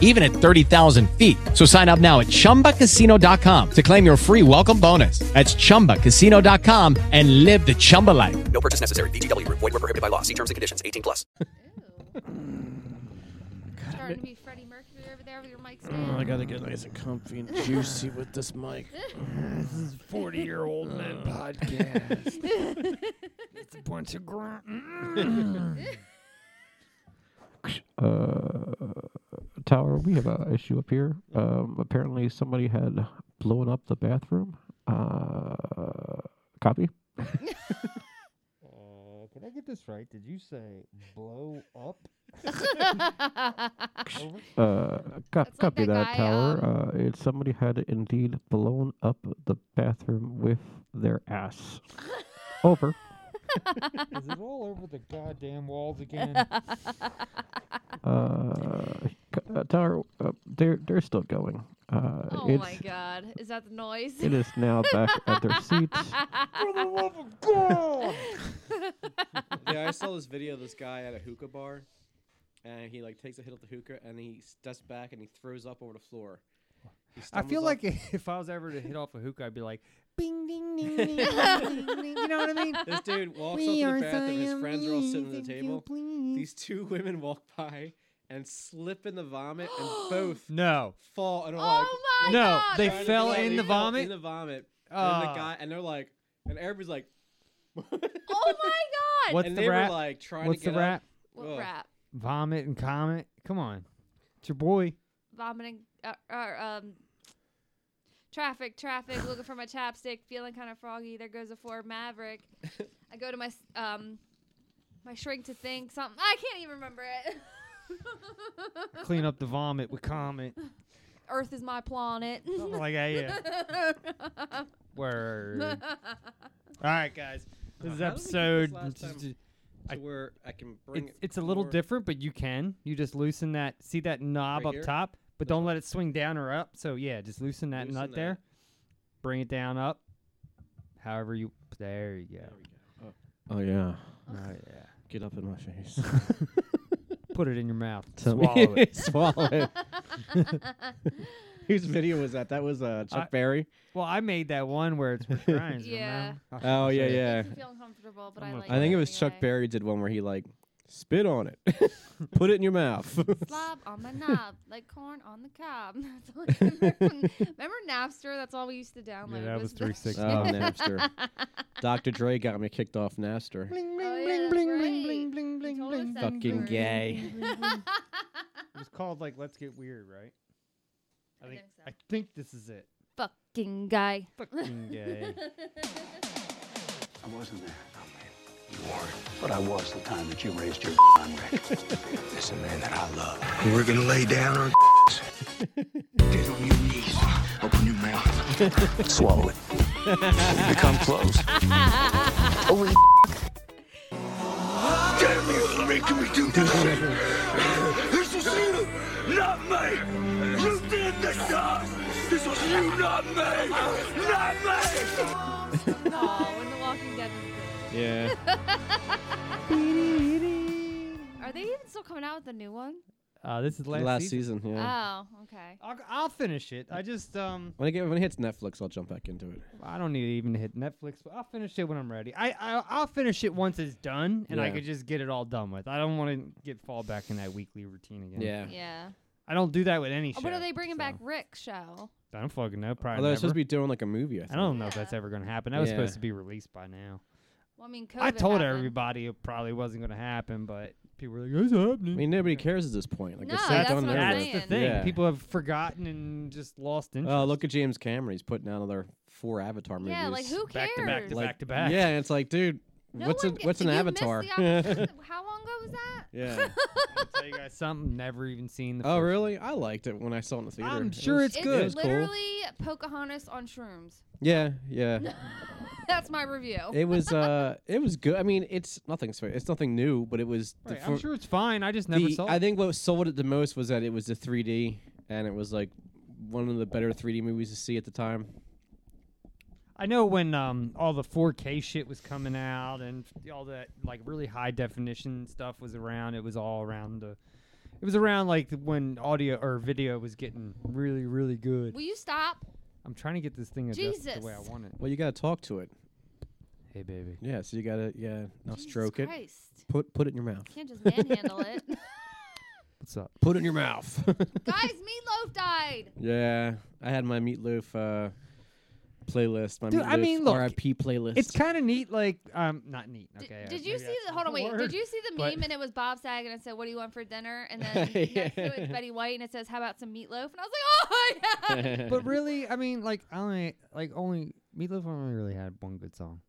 even at 30,000 feet. So sign up now at chumbacasino.com to claim your free welcome bonus. That's chumbacasino.com and live the Chumba life. No purchase necessary. VGW Group. Void were prohibited by law. See terms and conditions. 18 plus. Starting to be Freddie Mercury over there with your mic Uh, Oh, stand. I gotta get nice and comfy and juicy with this mic. Uh. this is forty year old men podcast. it's a bunch of grunt. uh, Tower, we have an issue up here. Um, apparently, somebody had blown up the bathroom. Uh, copy. Uh, can I get this right? Did you say blow up? Over? Uh, co- That's like copy the that, guy, um, Tower. uh, it's somebody had indeed blown up the bathroom with their ass. Over. Is it all over the goddamn walls again? Uh, c- uh, Tower, uh, they're they're still going. Uh, Oh it's, my god. Is that the noise? Oh It is now back at their seat. For the love of God! yeah, I saw this video of this guy at a hookah bar, and he like takes a hit at the hookah, and he steps back and he throws up over the floor. He I stumbles feel up- like if I was ever to hit off a hookah, I'd be like, bing, ding, ding, ding, ding, ding, ding. You know what I mean? this dude walks up to the bathroom. His friends are all sitting at the table. These two women walk by and slip in the vomit, and both No. fall and are like, oh my No, god. they trying to fell get out. in They the fell vomit? In the vomit. and Ah. the guy, and they're like, and everybody's like, Oh my god. What's and the they rap? were like trying What's to get the rap? up. What Ugh. rap? Vomit and comment. Come on, it's your boy. Vomiting uh, or um Traffic, traffic, looking for my chapstick, feeling kind of froggy. There goes a Ford Maverick. I go to my s- um, my shrink to think something. I can't even remember it. Clean up the vomit with comment. Earth is my planet. Something like that, yeah. Word. All right, guys. This is uh, how did we do episode. this last time? just- To I- where I can bring It's, it it's a little more- different, but you can. You just loosen that. See that knob Right up here? top, but don't let it swing down or up. So yeah, just loosen that Loosen nut that. there. Bring it down up. However you. There you go. Oh yeah, Oh yeah. get up in my face. Put it in your mouth. Tell me- Swallow it. Swallow it. Whose video was that? That was uh, Chuck I- Berry. Well, I made that one where it's with Grimes. Yeah. remember? Oh yeah, shit. yeah. Makes me feel uncomfortable, but i gonna- like I think it was Chuck anyway. Berry did one where he like spit on it, put it in your mouth. Slob on my knob, like corn on the cob. That's all I remember. remember Napster? That's all we used to download. that was the- 360. oh Napster. Dr. Dre got me kicked off Napster. Oh, yeah, bling, bling, bling, bling, bling, bling, bling. Fucking gay. It was called like Let's Get Weird, right? I think think so. I think this is it. Fucking guy. Fucking gay. I wasn't there. No, Oh, man. You weren't. But I was the time that you raised your on Rick. It's a man that I love. We're gonna lay down on Get on your knees. Open your mouth. Swallow it. Become close. Holy Damn you, making me do this. This was you, not me. You did this to us. This was you, not me. Not me. Oh, in The Walking Dead. Yeah. Are they even still coming out with a new one? Uh, this is last, Last, season. Uh, yeah. Oh, okay. I'll, I'll finish it. I just um, when, it get, when it hits Netflix, I'll jump back into it. I don't need to even hit Netflix, but I'll finish it when I'm ready. I, I I'll finish it once it's done, and I Yeah. could just get it all done with. I don't want to get fall back in that weekly routine again. Yeah. Yeah. I don't do that with any Oh, show. what are they bringing so. back? Rick show. I don't fucking know. Probably Although they're supposed never. to be doing like a movie, I think. I don't know if that's ever gonna happen. That was Yeah. supposed to be released by now. Well, I mean, COVID I told happened. everybody it probably wasn't gonna happen, but people were like, "It's happening." I mean, nobody cares at this point. Like, No, it's that's done what I'm there. That's the saying. thing. Yeah. People have forgotten and just lost interest. Uh, Oh, look at James Cameron. He's putting out another four Avatar movies. Yeah, like who cares? Back to back to back to back. Yeah, and it's like, dude, No what's a, one get- what's an you missed Avatar? the opportunity. How long ago was that? Yeah. I'll tell you guys something. Never even seen the. oh, first- really? I liked it when I saw it in the theater. I'm It sure was- it's It's good. It was cool. literally Pocahontas on shrooms. Yeah, yeah. That's my review. It was uh, it was good. I mean, it's nothing. spe- It's nothing new, but it was. the Right, I'm fir- sure it's fine. I just never the- saw. I it. think what sold it the most was that it was the 3D, and it was like one of the better 3D movies to see at the time. I know when um all the 4K shit was coming out and f- all that like really high definition stuff was around. It was all around the. It was around like when audio or video was getting really really good. Will you stop? I'm trying to get this thing adjusted the way I Jesus. want it. Well, you gotta talk to it. Hey baby. Yeah, so you gotta yeah, now Jesus stroke it. Christ. Put put it in your mouth. Can't just manhandle it. What's up? Put it in your mouth. Guys, Meatloaf died. yeah, I had my meatloaf uh, playlist. My Dude, meatloaf I mean, look, RIP playlist. It's kind of neat like um not neat. Did, Okay. uh, did you maybe see that's the? not Hold on, wait. word, Did you see the but- meme and it was Bob Saget and it said, "What do you want for dinner?" And then next to it's Betty White and it says, "How about some meatloaf?" And I was like, "Oh yeah." but really, I mean, like I only like only Meatloaf only really had one good song.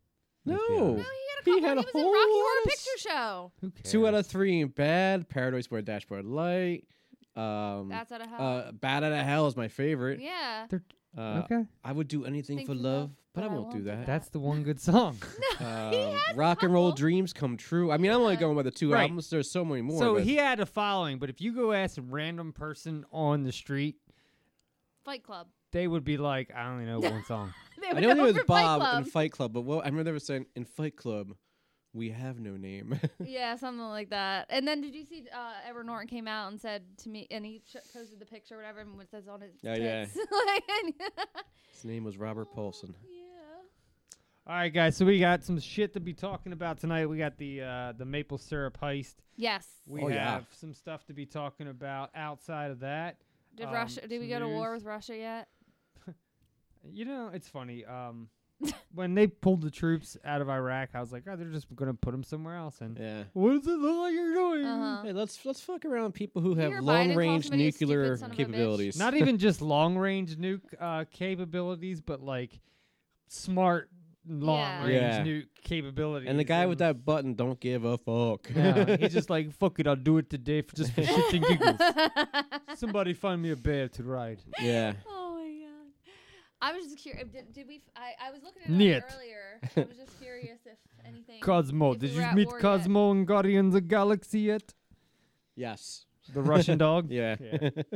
no. Let's be honest. no, he He had had a a couple. He, was in whole Rocky lot Horror of Picture Show. Who cares? Two out of three in bad. Paradise by Dashboard Light. Um, That's out of hell. uh, er, Bad out of Hell is my favorite. yeah. They're- Uh, okay. I would do anything Thing for love, but, I won't, do that. That's the one good song. Um, rock and roll couple. dreams come true. I mean, I'm only Yeah. going by the two Right. albums. There's so many more. so but- he had a following, but if you go ask a random person on the street, Fight Club. they would be like, I only know one song. They I would know he go was for Bob Fight in Club. Fight Club, but what I remember they were saying in Fight Club, we have no name. yeah, something like that. And then did you see uh, Edward Norton came out and said to me, and he sh- posted the picture, or whatever, and it says on his. Yeah, Oh, yeah. tits. Like, and- His name was Robert Paulson. yeah. All right, guys. So we got some shit to be talking about tonight. We got the uh, the maple syrup heist. Yes. We Oh, have yeah. some stuff to be talking about outside of that. Did Um, Russia? Did we some go to war news. with Russia yet? You know, it's funny. Um, when they pulled the troops out of Iraq, I was like, oh, they're just gonna put them somewhere else. And Yeah. what does it look like you're doing? Uh huh. Hey, let's let's fuck around with people who have hear Biden long calls range him a stupid nuclear son of a bitch? capabilities. Not even just long range nuke uh, capabilities, but like smart long range Yeah. nuke capabilities. and the guy with that button don't give a fuck. Yeah, he's just like, fuck it, I'll do it today for just for shits and giggles. Somebody find me a bear to ride. yeah. Oh my god. I was just curious. Did, did we? F- I, I was looking at Niet. it earlier. I was just curious if anything. Cosmo, If did we you were at meet war yet. Cosmo and Guardians of Galaxy yet? Yes. The Russian dog? Yeah.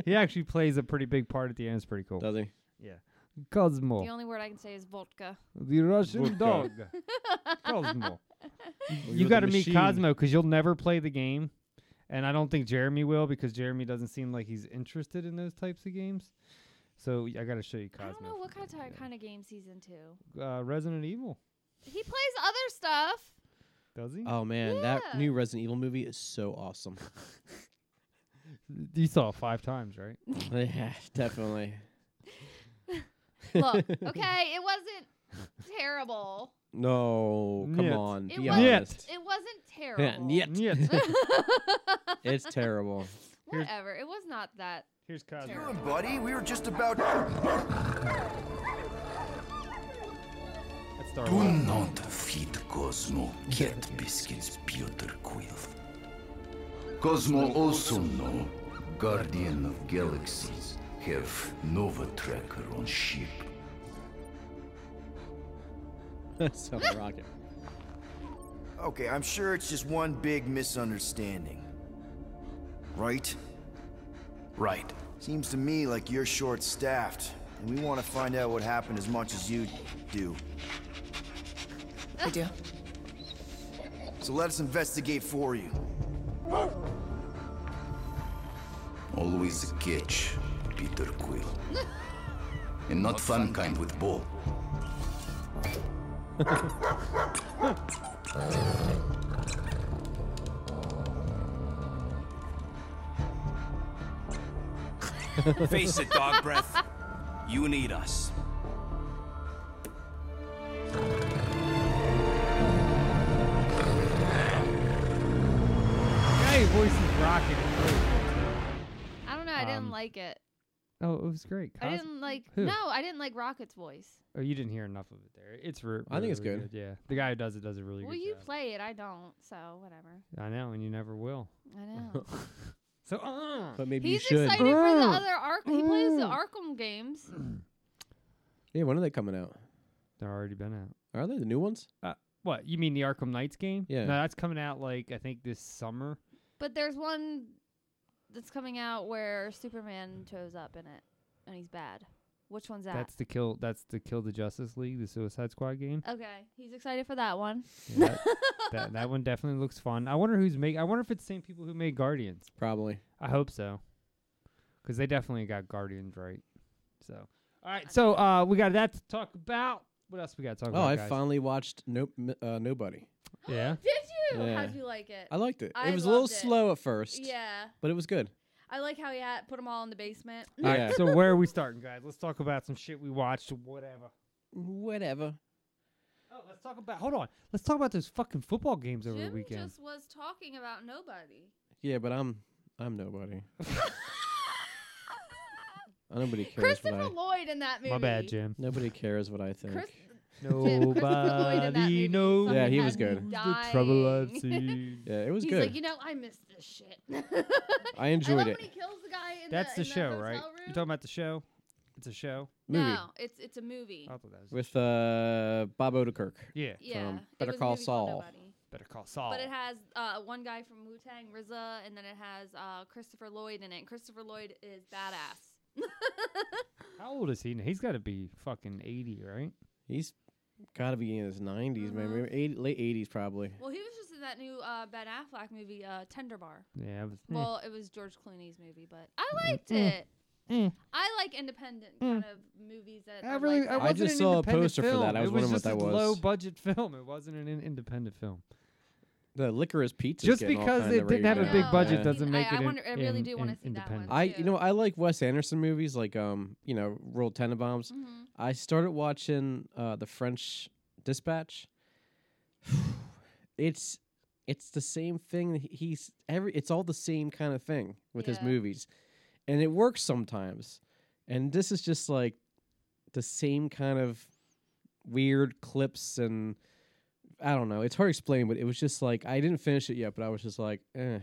He actually plays a pretty big part at the end. It's pretty cool. Does he? The Cosmo, only word I can say is vodka. the Vodka. Russian dog. Cosmo. Well, you you're got to the meet machine. Cosmo because you'll never play the game, and I don't think Jeremy will because Jeremy doesn't seem like he's interested in those types of games. So y- I got to show you I don't know Cosmo. what kind of kind of games he's into. Uh, Resident Evil, He plays other stuff. does he? Oh man, that Yeah. new Resident Evil movie is so awesome. you saw it five times, right? yeah, definitely. Look, okay, it wasn't terrible. No, come Niet. on, It be wasn't. honest. It wasn't Yeah, terrible. niet. Yeah. it's terrible. Whatever. It was not that. Here's Cosmo. Terrible. Buddy, we were just about. That's Star Do Wars. not feed Cosmo cat biscuits, Peter Quill. Cosmo also know Guardian of Galaxies have Nova Tracker on ship. That sounds rocket. Okay, I'm sure it's just one big misunderstanding. Right? Right. Seems to me like you're short staffed, and we want to find out what happened as much as you do. I do. So let us investigate for you. Always a catch, Peter Quill. and not fun kind with ball. Face it, dog breath. You need us. Hey, voice is rocking. I don't know. I didn't Um, like it. Oh, it was great. I Cos- didn't like. Who? No, I didn't like Rocket's voice. Oh, you didn't hear enough of it there. It's re- I think it's really good. Yeah, the guy who does it does a really Well, good you job. play it. I don't. So whatever. I know, and you never will. I know. So, uh, But maybe He's you should. excited for the other Ark. He plays the Arkham games. Yeah, when are they coming out? They're already been out. Are they the new ones? Uh, what you mean the Arkham Knights game? Yeah. no, that's coming out like I think this summer. But there's one that's coming out where Superman shows up in it, and he's bad. Which one's that? That's the kill. That's the kill the Justice League, the Suicide Squad game. okay, he's excited for that one. Yeah, that, that, that one definitely looks fun. I wonder who's make. I wonder if it's the same people who made Guardians. Probably. I hope so, because they definitely got Guardians right. So, all right. So uh, we got that to talk about. What else we got to talk Oh, about? I guys? finally watched Nope, m- uh, Nobody. Yeah. Did you? Yeah. How'd you like it? I liked it. I it was a little loved it. slow at first. Yeah, But it was good. I like how he had, put them all in the basement. All right. Yeah. So where are we starting, guys? Let's talk about some shit we watched. Whatever. Whatever. Oh, let's talk about. Hold on. Let's talk about those fucking football games over the Jim weekend. just was talking about nobody. Yeah, but I'm I'm nobody. Nobody cares what Christopher I. Lloyd in that movie. My bad, Jim. Nobody cares what I think. Chris- that Nobody movie knows. Yeah, he was had me good. The trouble I've dying. seen. yeah, it was he's good. like, you know, I missed this shit. I enjoyed it. Nobody kills the guy in That's the, the in show, hotel right? You're room? talking about the show. It's a show. Movie No, it's it's a movie. I thought that was with uh, Bob Odenkirk. yeah. yeah, from it Better was a Call movie called Saul. Nobody. Better call Saul. But it has uh, one guy from Wu Tang, RZA, and then it has uh, Christopher Lloyd in it. Christopher Lloyd is badass. How old is he? now? He's got to be fucking eighty, right? He's got to be in his 90s, Uh-huh. maybe eight, late 80s probably. well, he was just in that new uh, Ben Affleck movie, uh, Tender Bar. Yeah. I was- Hmm. eh. Well, it was George Clooney's movie, but I liked it. I like independent kind of movies that Eh, I are really, like I that. wasn't Hmm. just an saw a independent poster for that. film. I was it wondering what just that a was. Low budget film. It wasn't an in- independent film. The licorice pizza. Just because it didn't have a big No, budget yeah. doesn't I- make I it. in- wonder- I really in- do wanna in- see that one. independent. I you too. know I like Wes Anderson movies like um you know Roll Tenenbaums. Mm-hmm. I started watching uh The French Dispatch. it's it's the same thing. that he- He's every it's all the same kind of thing with his Yeah. movies. And it works sometimes. And this is just like the same kind of weird clips and I don't know. It's hard to explain, but it was just like I didn't finish it yet, but I was just like, eh,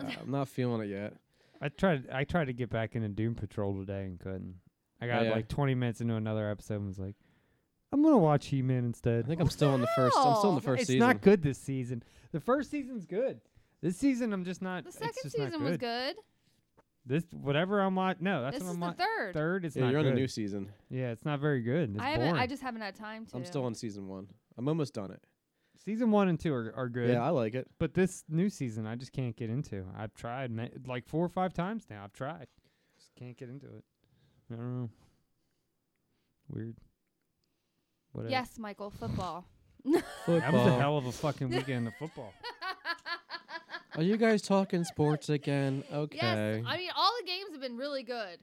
I'm not feeling it yet. I tried. I tried to get back into Doom Patrol today and couldn't. I got yeah. like 20 minutes into another episode and was like, "I'm gonna watch He-Man I instead." think I'm still on the first. I'm still in the first it's season. not good this season. The first season's good. This season, I'm just not. The it's second just not season was good. This whatever I'm on. No, that's This what is I'm the on. third. Third, it's yeah, not you're on the good. new season. yeah, it's not very good. It's I haven't. boring. I just haven't had time to. I'm still on season one. I'm almost done it. season one and two are, are good. Yeah, I like it. but this new season, I just can't get into. I've tried ma- like four or five times now. I've tried, just can't get into it. I don't know. Weird. Whatever. Yes, Michael, football. That was a hell of a fucking weekend of football. Are you guys talking sports again? Okay. Yes, I mean all the games have been really good,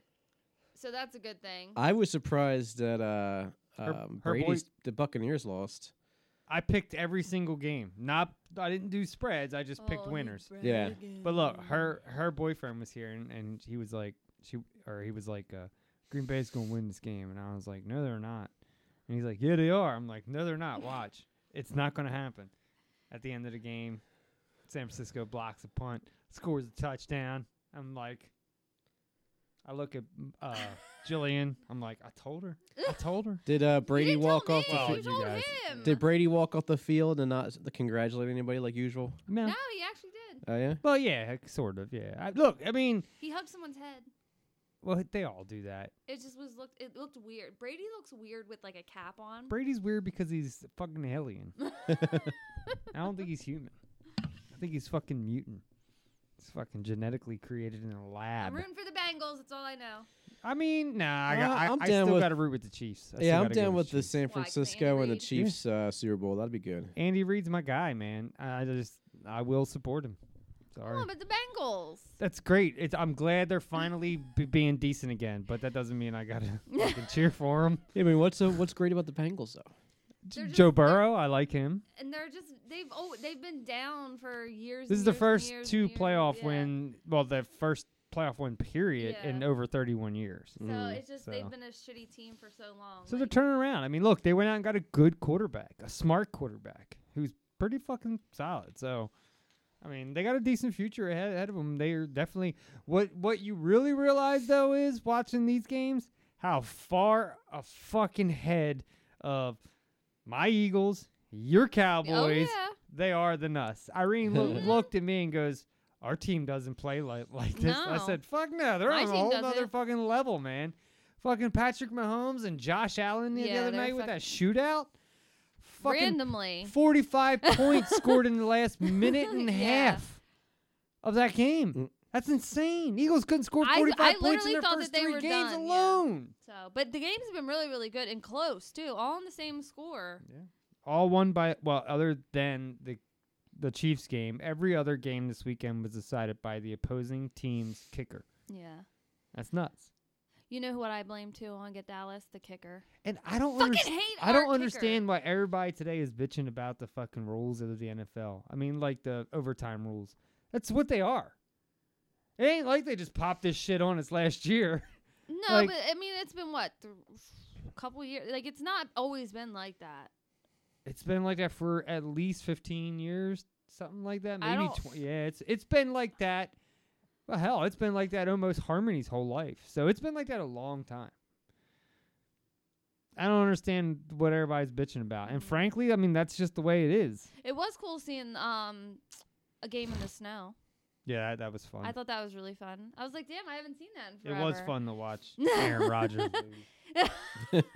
so that's a good thing. Uh, I was surprised that uh, Her- um, her boy- Brady's the Buccaneers lost. I picked every single game. Not I didn't do spreads. I just picked winners. Yeah. But look, her her boyfriend was here and, and he was like she or he was like uh, Green Bay's gonna win this game and I was like no they're not and he's like yeah they are I'm like no they're not watch it's not gonna happen at the end of the game San Francisco blocks a punt scores a touchdown I'm like I look at uh, Jillian I'm like I told her I told her Did uh, Brady didn't tell walk off? me, The you Well, fi- you told guys- him. did Brady walk off the field and not s- congratulate anybody like usual? no no, he actually did. Oh yeah. well yeah sort of yeah I, look I mean He hugged someone's head. well they all do that It just was looked. It looked weird. Brady looks weird with like a cap on. Brady's weird because he's fucking alien. I don't think he's human. I think he's fucking mutant. He's fucking genetically created in a I'm lab. rooting for the Bengals. That's all I know. I mean, nah, I, got, Uh, I, I'm I down still with- got to root with the Chiefs. I still yeah, I'm gotta go down with the Chiefs. San Why, 'cause Andy Francisco and the Reid- Yeah. Chiefs uh, Super Bowl. That'd be good. Andy Reid's my guy, man. I just, I will support him. Sorry. Oh, but the Bengals. That's great. It's, I'm glad they're finally b- being decent again, but that doesn't mean I got to fucking cheer for him. Yeah, I mean, what's uh, what's great about the Bengals though? They're just- Joe Burrow, I like him. and they're just they've oh they've been down for years. and This is the years and first years and two years and- playoff yeah. win. Well, the first playoff win period in Yeah. over 31 years. Mm. So it's just they've been a shitty team for so long. Mm, So they're turning around. I mean, look, they went out and got a good quarterback, a smart quarterback who's pretty fucking solid. So, I mean, they got a decent future ahead, ahead of them. They are definitely what what you really realize though is watching these games how far a fucking head of my Eagles, your Cowboys, Oh, yeah. they are than us. Irene loo- looked at me and goes, "Our team doesn't play like like this." I No. said, "Fuck no, they're My on a team whole doesn't. other fucking level, man." Fucking Patrick Mahomes and Josh Allen the Yeah, other they're night with fuck- that shootout. Fucking randomly. 45 points scored in the last minute and a Yeah. half of that game. That's insane. Eagles couldn't score I, 45 I points in literally their thought first that they three were games done, yeah. alone. So, but the game's been really, really good and close too, all on the same score. All won by well, other than the the Chiefs game, every other game this weekend was decided by the opposing team's kicker. Yeah. That's nuts. You know what I blame too on Get Dallas, the kicker. And I don't Fucking underst- hate I don't our understand why everybody today is bitching about the fucking rules of the NFL. I mean, like the overtime rules. That's what they are. It ain't like they just popped this shit on us last year. No, Like- but I mean it's been what a couple years. Like it's not always been like that. It's been like that for at least 15 years, something like that. I Maybe don't- 20. Yeah, it's it's been like that. Well, hell, it's been like that almost Harmony's whole life. So it's been like that a long time. I don't understand what everybody's bitching about. And frankly, I mean, that's just the way it is. It was cool seeing um a game in the snow. Yeah, that, that was fun. I thought that was really fun. I was like, damn, I haven't seen that in It forever. was fun to watch Aaron Rodgers. lose.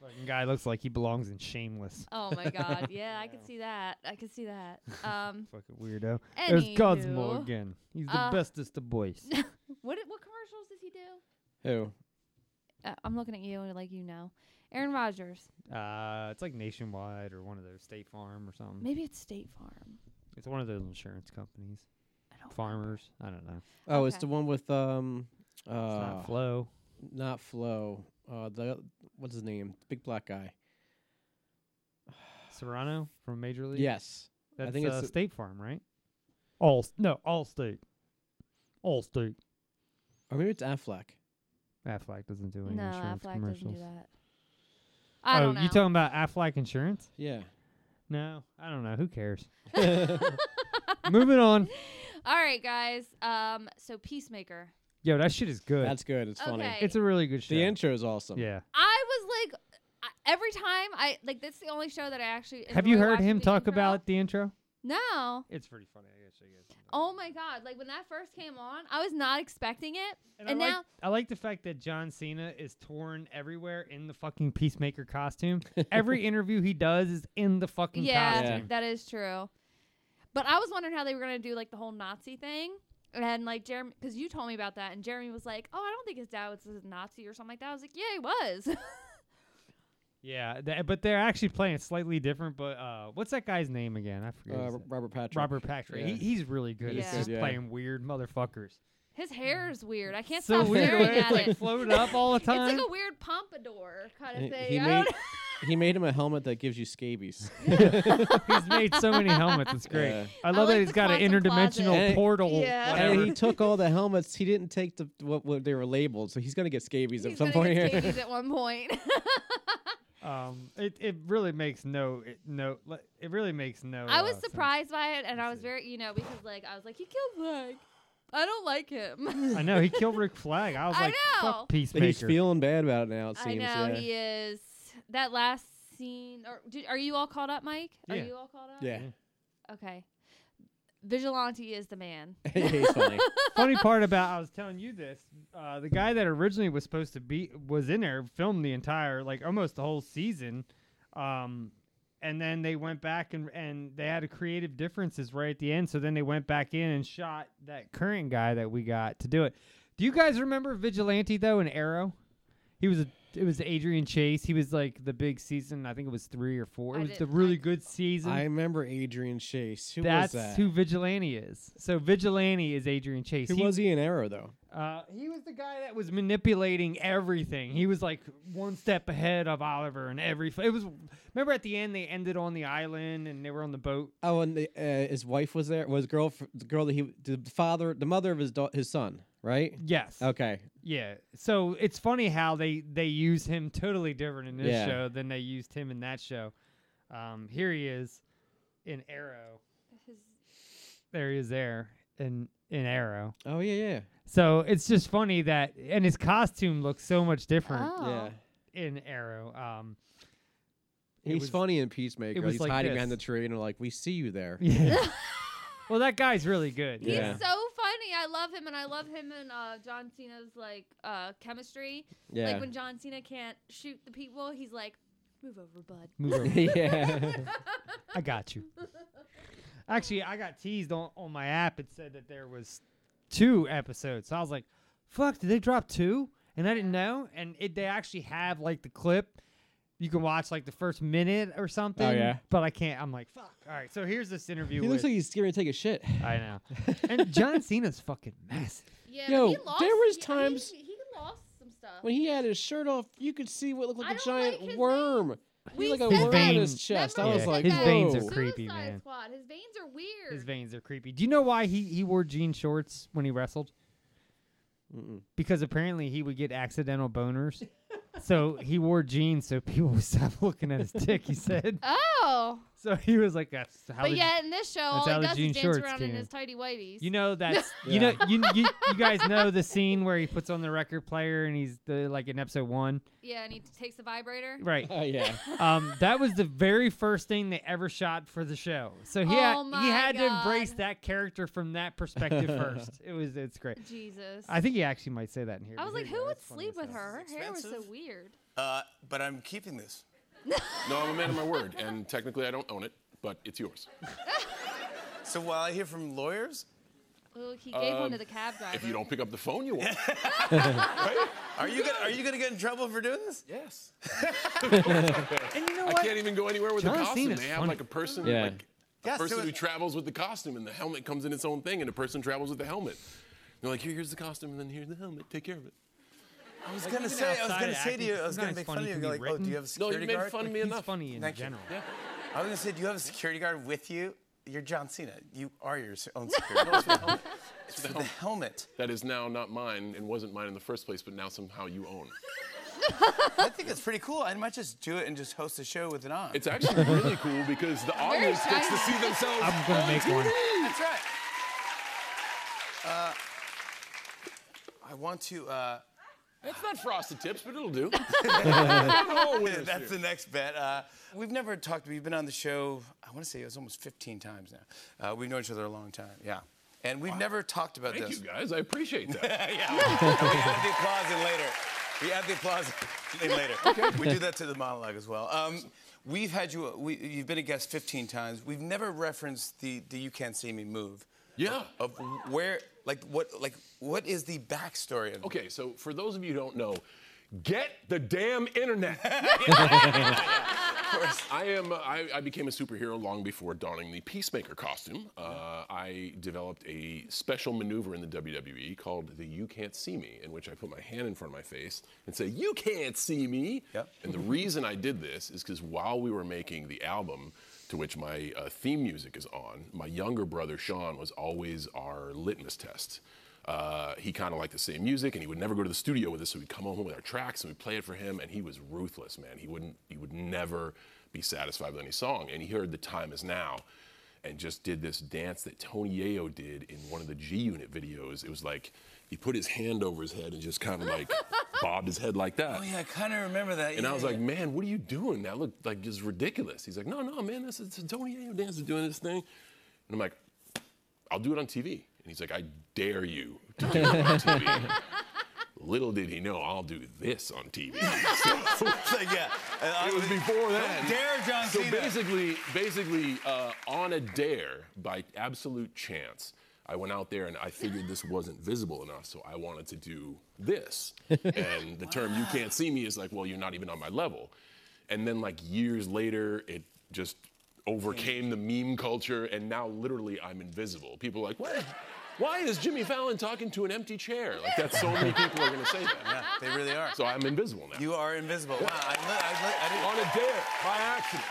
Fucking guy looks like he belongs in Shameless. Oh my god, yeah, I could see that. I could see that. Um, Fucking weirdo. There's Cosmo Anywho, again. He's the uh, bestest of boys. what what commercials does he do? Who? Uh, I'm looking at you like you know, Aaron Rodgers. Uh, it's like Nationwide or one of those State Farm or something. Maybe it's State Farm. It's one of those insurance companies. Farmers. I don't know. Oh, it's the one with um. Uh, not Flo. Not Flo. Uh, the what's his name? Big black guy. Serrano from Major League. Yes, That's, I think uh, it's State Farm, right? All no, all state. All state. Or maybe it's Affleck. Affleck doesn't do any No, insurance Affleck doesn't commercials. do that. I oh, don't know. you talking about Affleck Insurance? Yeah. No, I don't know. Who cares? Moving on. All right, guys. Um, so Peacemaker. Yo, that shit is good. That's good. It's funny. Okay. It's a really good show. The intro is awesome. Yeah. I was like, I- every time I like, that's the only show that I actually. Have you enjoy heard watching him the talk intro. about the intro? No. It's pretty funny. I guess. I guess. Oh my god! Like when that first came on, I was not expecting it, and, I now like, I like the fact that John Cena is torn everywhere in the fucking Peacemaker costume. Every interview he does is in the fucking yeah, costume. that is true. But I was wondering how they were gonna do like the whole Nazi thing, and like Jeremy, because you told me about that, and Jeremy was like, "Oh, I don't think his dad was a Nazi or something like that." I was like, "Yeah, he was." Yeah, th- but they're actually playing it slightly different. But uh, what's that guy's name again? I forget. Uh, his R- name. Robert Patrick. Robert Patrick. Yeah. He, he's really good. He's at good, just yeah. playing weird motherfuckers. His hair is weird. I can't So stop weird the staring way it's, at like, it. floated up all the It's time. like a weird pompadour kind He- of thing. He I made don't he made him a helmet that gives you scabies. he's made so many helmets. It's great. Yeah. I love that he's got an interdimensional And- portal. Yeah. Whatever. And he took all the helmets. He didn't take the what, what they were labeled, so he's gonna get scabies He's at some gonna get point here. Oh, scabies at one point. Um, it, it really makes no it, no li- it really makes no. I uh, was sense. surprised by it, and I was very, you know, because like I was like, he killed Mike. I don't like him. I know he killed Rick Flag. I was I like, know. fuck Peacemaker. He's feeling bad about it now. It I seems. know yeah. he is. That last scene, or did, are you all caught up, Mike? Are Yeah. you all caught up? yeah. Okay. Vigilante is the man. Yeah, he's funny. Funny part about I was telling you this, uh, the guy that originally was supposed to be was in there, filmed the entire like almost the whole season, um, and then they went back and and they had a creative differences right at the end. So then they went back in and shot that current guy that we got to do it. Do you guys remember Vigilante though in Arrow? He was a it was Adrian Chase. He was like the big season. I think it was three or four. It I was the didn't- really good season. I remember Adrian Chase. Who That's was that? who Vigilante is. So Vigilante is Adrian Chase. Who was he in Arrow though? Uh, he was the guy that was manipulating everything. He was like one step ahead of Oliver and every. It was remember at the end they ended on the island and they were on the boat. Oh, and the, uh, his wife was there. Was girl the girl that he the father the mother of his da- his son, right? Yes. Okay. Yeah. So it's funny how they they use him totally different in this Yeah. show than they used him in that show. Um, here he is in Arrow. There he is there in in Arrow. Oh yeah, yeah. So it's just funny that and his costume looks so much different. Oh. Yeah. In Arrow. Um it He's was- funny in Peacemaker. was He's like hiding this. behind the tree, and they're like, "We see you there." Yeah. well, that guy's really good. He's Yeah. so funny. I love him, and I love him and uh, John Cena's like uh, chemistry. Yeah. Like when John Cena can't shoot the people, he's like, "Move over, bud." Move over. yeah. I got you. Actually, I got teased on, on my app. It said that there was two episodes. So I was like, fuck, did they drop two? And I didn't know. And it, they actually have like the clip. You can watch like the first minute or something. Oh, yeah. But I can't. I'm like, fuck. All right. So here's this interview. He looks with- like he's scared to take a shit. I know. and John Cena's fucking massive. Yeah, Yo, but he lost, there was he- he- times- he, he lost some stuff. When he had his shirt off, you could see what looked like I a don't giant like his worm. He We had like a said worm that. in his chest. I Remember was we like, said his that veins in are "Whoa." creepy, Suicide man. Squad. His veins are weird. His veins are creepy. Do you know why he, he wore jean shorts when he wrestled? Because apparently he would get accidental boners. so he wore jeans so people would stop looking at his dick, he said. Oh, So he was like, that's how but the- yet in this show, all that's how he the does jean is dance shorts around in came. his tidy whities. You know that's you know you, you you guys know the scene where he puts on the record player and he's the like in episode one, yeah, and he takes the vibrator. right? Oh yeah. um, that was the very first thing they ever shot for the show. So he Oh had, my he had to embrace God. that character from that perspective first. It was it's great. Jesus. I think he actually might say that in here. I but was here like, you who go. would It's funny sleep as with hell. her? Her hair was so weird. Uh, but I'm keeping this. no, I'm a man of my word, and technically I don't own it, but it's yours. so while I hear from lawyers, Ooh, he gave Um, one to the cab driver. if you don't pick up the phone, you won't. Are you gonna, are you gonna get in trouble for doing this? Yes. and you know I can't even go anywhere with John the costume. Cena's They have funny. like a person, Yeah. like a Yes, person so- who travels with the costume, and the helmet comes in its own thing, and a person travels with the helmet. They're like, here, here's the costume, and then here's the helmet. Take care of it. I was gonna say, I was gonna say to you, I was gonna make fun of you. Go like, oh, do you have a security No, you guard? made fun of me enough. Thank you. I was gonna say, do you have a security guard with you? You're John Cena. You are your s- own security No, it's the guard. helmet. It's for the helmet. That is now not mine and wasn't mine in the first place, but now somehow you own. I think it's pretty cool. I might just do it and just host a show with it on. It's actually really cool because the audience gets to see themselves. I'm gonna on make TV. one. That's right. Uh, I want to. Uh, It's not frosted tips, but it'll do. That's the next bet. Uh, we've never talked. We've been on the show. I want to say it was almost 15 times now. Uh, we've known each other a long time. Yeah, and we've never talked about Thank this. you guys. I appreciate that. yeah, we have the applause in later. We have the applause in later. Okay. We do that to the monologue as well. Um, we've had you. We, you've been a guest 15 times. We've never referenced the the you can't see me move. Yeah. Of, where, like, what, like, what is the backstory of? Okay, so for those of you who don't know, get the damn internet. I am. uh, I, I became a superhero long before donning the peacemaker costume. Uh, I developed a special maneuver in the WWE called the "You Can't See Me," in which I put my hand in front of my face and say, "You can't see me." And the reason I did this is because while we were making the album, to which my uh, theme music is on, my younger brother Sean was always our litmus test. Uh, he kind of liked the same music, and he would never go to the studio with us. So we'd come home with our tracks, and we'd play it for him. And he was ruthless, man. He wouldn't, he would never be satisfied with any song. And he heard "The Time Is Now," and just did this dance that Tony Yayo did in one of the G Unit videos. It was like he put his hand over his head and just kind of like bobbed his head like that. Oh yeah, I kind of remember that. And I yeah, was yeah. like, man, what are you doing? That looked like just ridiculous. He's like, no, no, man, that's it's Tony Ayo dance is doing this thing. And I'm like, I'll do it on TV. And he's like, I dare you to do it on TV. Little did he know, I'll do this on TV. So- it was before that. dare John so Cena. basically, basically, uh, on a dare by absolute chance, I went out there and I figured this wasn't visible enough, so I wanted to do this. and the term "you can't see me" is like, well, you're not even on my level. And then like years later, it just overcame the meme culture, and now literally I'm invisible. People are like, what? Why is Jimmy Fallon talking to an empty chair? Like that's so many people are going to say that. Yeah, they really are. So I'm invisible now. You are invisible. Wow, I, li- I, li- I didn't. On a dare, by accident.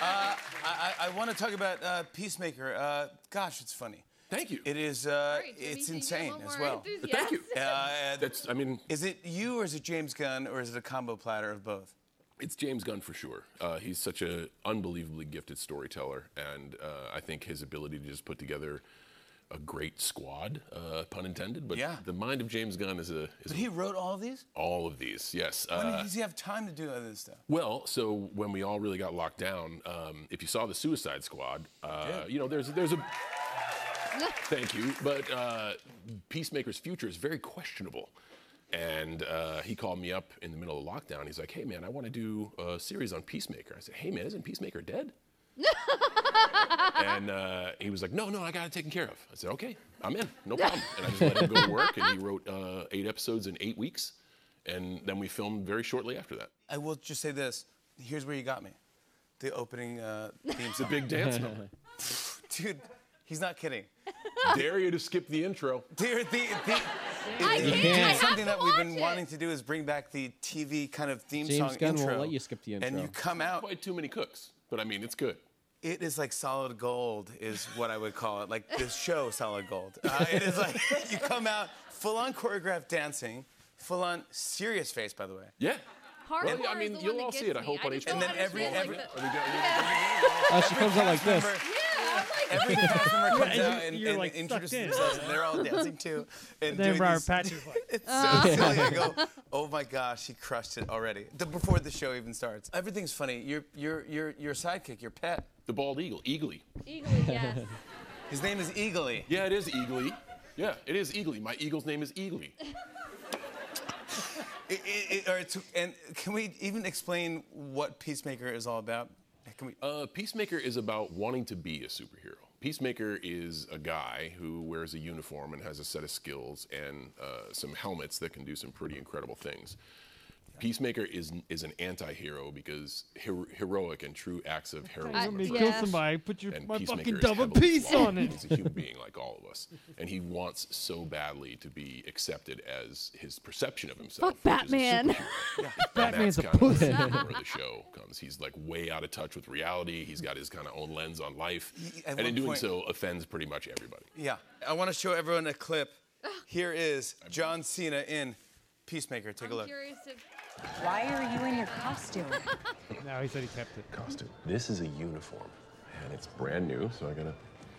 Uh, I, I, I want to talk about uh, Peacemaker. Uh, gosh, it's funny. Thank you. It is. Uh, it's insane as well. Thank you. Uh, That's. I mean. Is it you or is it James Gunn or is it a combo platter of both? It's James Gunn for sure. Uh, he's such an unbelievably gifted storyteller, and uh, I think his ability to just put together a great squad, uh, pun intended. But Yeah. the mind of James Gunn is a is But he wrote all these. all of these. Yes. When uh, does he have time to do all this stuff? Well, so when we all really got locked down, um, if you saw the Suicide Squad, uh, you know there's there's a thank you, but uh, Peacemaker's future is very questionable. And uh, he called me up in the middle of lockdown. He's like, "Hey man, I want to do a series on Peacemaker." I said, "Hey man, isn't Peacemaker dead?" and uh, he was like, "No, no, I got it taken care of." I said, "Okay, I'm in, no problem." And I just let him go to work, and he wrote uh, eight episodes in eight weeks, and then we filmed very shortly after that. I will just say this. Here's where you got me. The opening uh, theme The song. big dance number. Dude, he's not kidding. Dare you to skip the intro. Dear, the, the, I it- can't, I have something that to we've been watch it. wanting to do is bring back the TV kind of theme James song Gunn won't intro. let you skip the And intro. you come out. Quite too many cooks, but I mean, it's good. It is like solid gold, is what I would call it. Like this show, solid gold. Uh, it is like you come out full on choreographed dancing, full on serious face, by the way. Yeah. Hardcore I mean, is the you'll one that all see gets it, I me. hope, on just each don't one. And then every- understand, every- like, the- Oh, she comes out like this. Every cast member comes Yeah, out you- and, you're, and like, introduces sucked in. themselves, and they're all dancing too. And Then doing Robert these- Patrick's like, it's so "Ah." silly. I go, oh my gosh, he crushed it already. The, before the show even starts, everything's funny. Your your your your sidekick, your pet, the bald eagle, Eagly. Eagly, yes. His name is Eagly. Yeah, it is Eagly. Yeah, it is Eagly. My eagle's name is Eagly. It, it, it, or it's, and can we even explain what Peacemaker is all about? Can we? Uh, Peacemaker is about wanting to be a superhero. Peacemaker is a guy who wears a uniform and has a set of skills and uh, some helmets that can do some pretty incredible things. Peacemaker is is an anti-hero because hero- heroic and true acts of heroism. let are me very kill rare. somebody, put your And my Peacemaker fucking is double heavily piece flawed. on it. He's a human being like all of us, and he wants so badly to be accepted as his perception of himself. Fuck which is a Batman. and Batman's that's a kind of pussy. Where the show comes, he's like way out of touch with reality. He's got his kind of own lens on life, at and in one doing point- so, offends pretty much everybody. Yeah, I want to show everyone a clip. Here is John Cena in Peacemaker. Take a I'm look. curious if Why are you in your costume? No, he said he kept it. Costume. This is a uniform, and it's brand new, so I gotta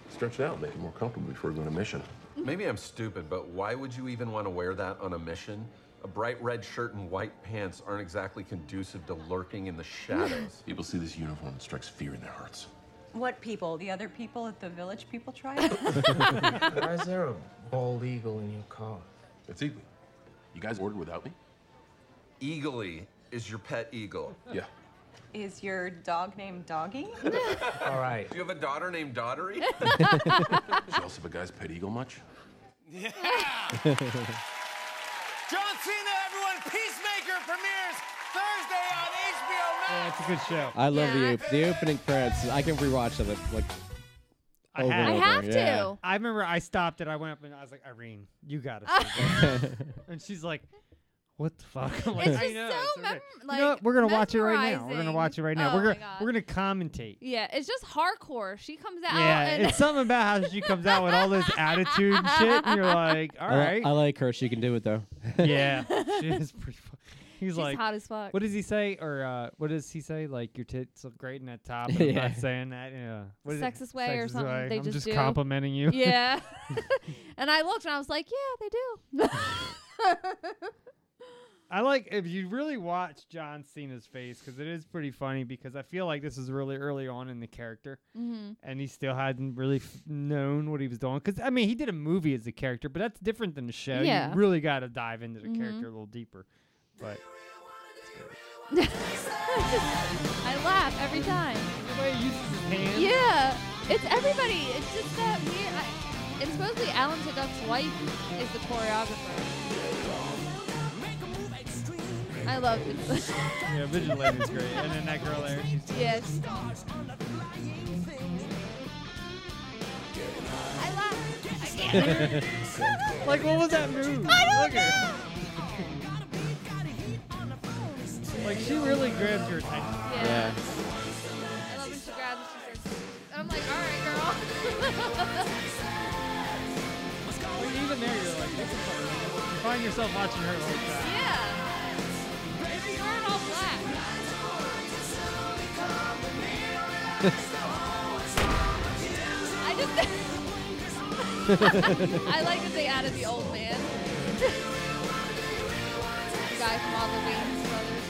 stretch it out, make it more comfortable before we go on a mission. Maybe I'm stupid, but why would you even want to wear that on a mission? A bright red shirt and white pants aren't exactly conducive to lurking in the shadows. People see this uniform and strikes fear in their hearts. What people? The other people at the village people tribe? Why is there a bald eagle in your car? It's Eagly. You guys ordered without me? Eagly is your pet eagle. Yeah. Is your dog named Doggy? All right. Do you have a daughter named Daughtery? Jealous of a guy's pet eagle much? Yeah. John Cena, everyone. Peacemaker premieres Thursday on HBO Max. That's a good show. I love the op- the opening credits. I can rewatch it like I over have, and over. yeah. I remember I stopped it. I went up and I was like, Irene, you gotta see this. And she's like, what the fuck? I'm like, It's I just know. so it's okay." mem- you know like, what? We're gonna watch it right now. We're gonna mesmerizing. watch it right now. we're Oh my gonna we're gonna commentate. Yeah, it's just hardcore. She comes out yeah, and it's something about how she comes out with all this attitude and shit, and you're like, all I, li- right, I like her. She can do it though. yeah, she is pretty. Fu- He's She's like, hot as fuck. What does he say? Or uh, what does he say? Like your tits look great in that top. And I'm Yeah. not saying that. Yeah, What is it? sexist way or Sexist something. way. They I'm just, do. complimenting you. Yeah. and I looked and I was like, yeah, they do. I like if you really watch John Cena's face because it is pretty funny because I feel like this is really early on in the character, Mhm. and he still hadn't really f- known what he was doing. Because I mean, he did a movie as a character, but that's different than the show. Yeah. You really got to dive into the Mhm. character a little deeper. But I laugh every time. The way he uses his hands. Yeah, it's everybody. It's just that weird. I, and supposedly Alan Tudyck's wife is the choreographer. I love it. yeah, Vigilante's great. And then that girl there, she's yes. like, what was that move? I don't like she really grabbed your attention. Yeah. I love when she grabs and she says, and I'm like, all right, girl. But even there, you're like, this is fucking- you find yourself watching her the whole time. yeah. She's wearing all black. I just. I like that they added the old man. The guy from all the Wayans brothers.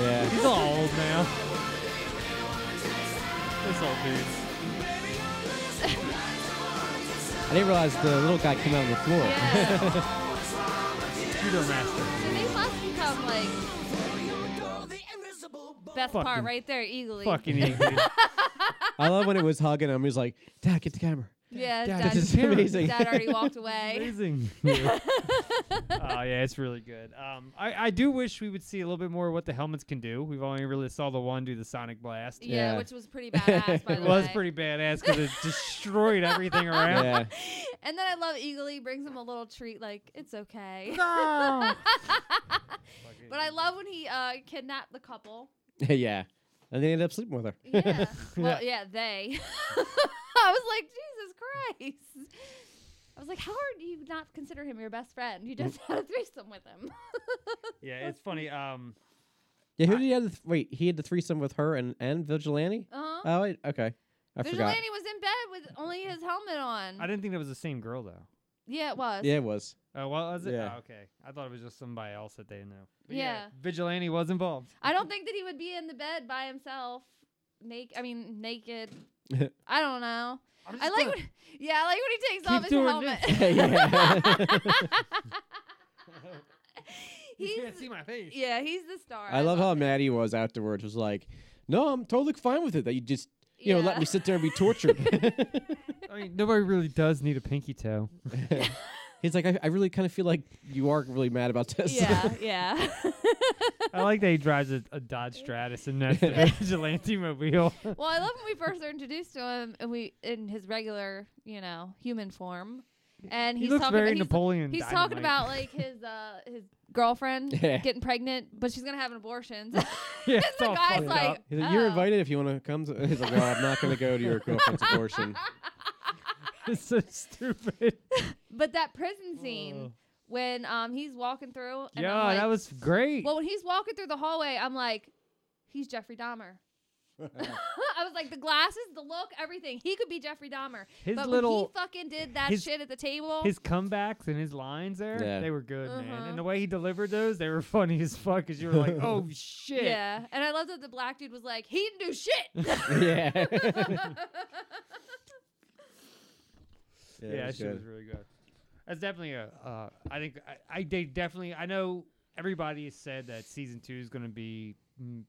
Yeah. He's all old now. This old dude. I didn't realize the little guy came out on the floor. Yeah. Judo master. So they must become like best part Fucking- right there, eagerly. fucking E. eagerly. I love when it was hugging him. He was like, Dad, get the camera. Yeah, Dad, Dad- this is amazing. Dad already walked away. Amazing. Yeah. oh yeah, it's really good. Um, I, I do wish we would see a little bit more what the helmets can do. We've only really saw the one do the sonic blast. Yeah, Yeah. which was pretty badass, by the it was way. pretty badass because it destroyed everything around. Yeah. And then I love eagerly brings him a little treat, like it's okay. No. but I love when he uh, kidnapped the couple. yeah. And they ended up sleeping with her. Yeah. Well, yeah, they. I was like, Jesus Christ. I was like, how are do you not consider him your best friend? You just had a threesome with him. Yeah, it's funny. Um, Yeah, who did he have? The th- wait, he had the threesome with her and, and Vigilante? Uh-huh. Oh, wait, okay. I Vigilante forgot. was in bed with only his helmet on. I didn't think that was the same girl though. yeah, it was. Yeah, it was. Oh, well, was it? Yeah. Oh, okay. I thought it was just somebody else that they know. Yeah. Vigilante was involved. I don't think that he would be in the bed by himself, naked. I mean, naked. I don't know. I like when, yeah, I like when he takes off Keep his doing helmet. he's, can't see my face. Yeah, he's the star. I love how mad he was afterwards. Was like, no, I'm totally fine with it. That you just, you know, let Yeah. me sit there and be tortured. I mean, nobody really does need a pinky toe. He's like, I, I really kind of feel like you are really mad about this. Yeah, yeah. I like that he drives a, a Dodge Stratus and that's the vigilante mobile. well, I love when we first are introduced to him and we in his regular, you know, human form. And He he's looks talking very he's, Napoleon He's talking about Dynamite. like his uh his girlfriend Yeah. getting pregnant, but she's gonna have an abortion. yeah, the all guy's fucked like, uh, up. He's like, you're invited if you want to come. to-" He's like, well, I'm not going to go to your girlfriend's abortion. it's so stupid. But that prison scene when um he's walking through. And yeah, I'm like, that was great. Well, when he's walking through the hallway, I'm like, he's Jeffrey Dahmer. I was like, the glasses, the look, everything. He could be Jeffrey Dahmer. His but when little- he fucking did that his- shit at the table. his comebacks and his lines there, Yeah. they were good, man. Uh-huh. And the way he delivered those, they were funny as fuck. Cause you were like, oh shit. Yeah, and I love that the black dude was like, he didn't do shit. yeah. Yeah, it that was shit good. was really good. That's definitely a. Uh, I think I, I they definitely. I know everybody has said that season two is going to be mm,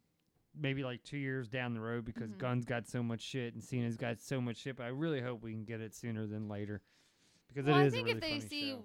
maybe like two years down the road because Mm-hmm. Gunn's got so much shit and Cena's got so much shit. But I really hope we can get it sooner than later because well, it I is. think a really if they funny see show.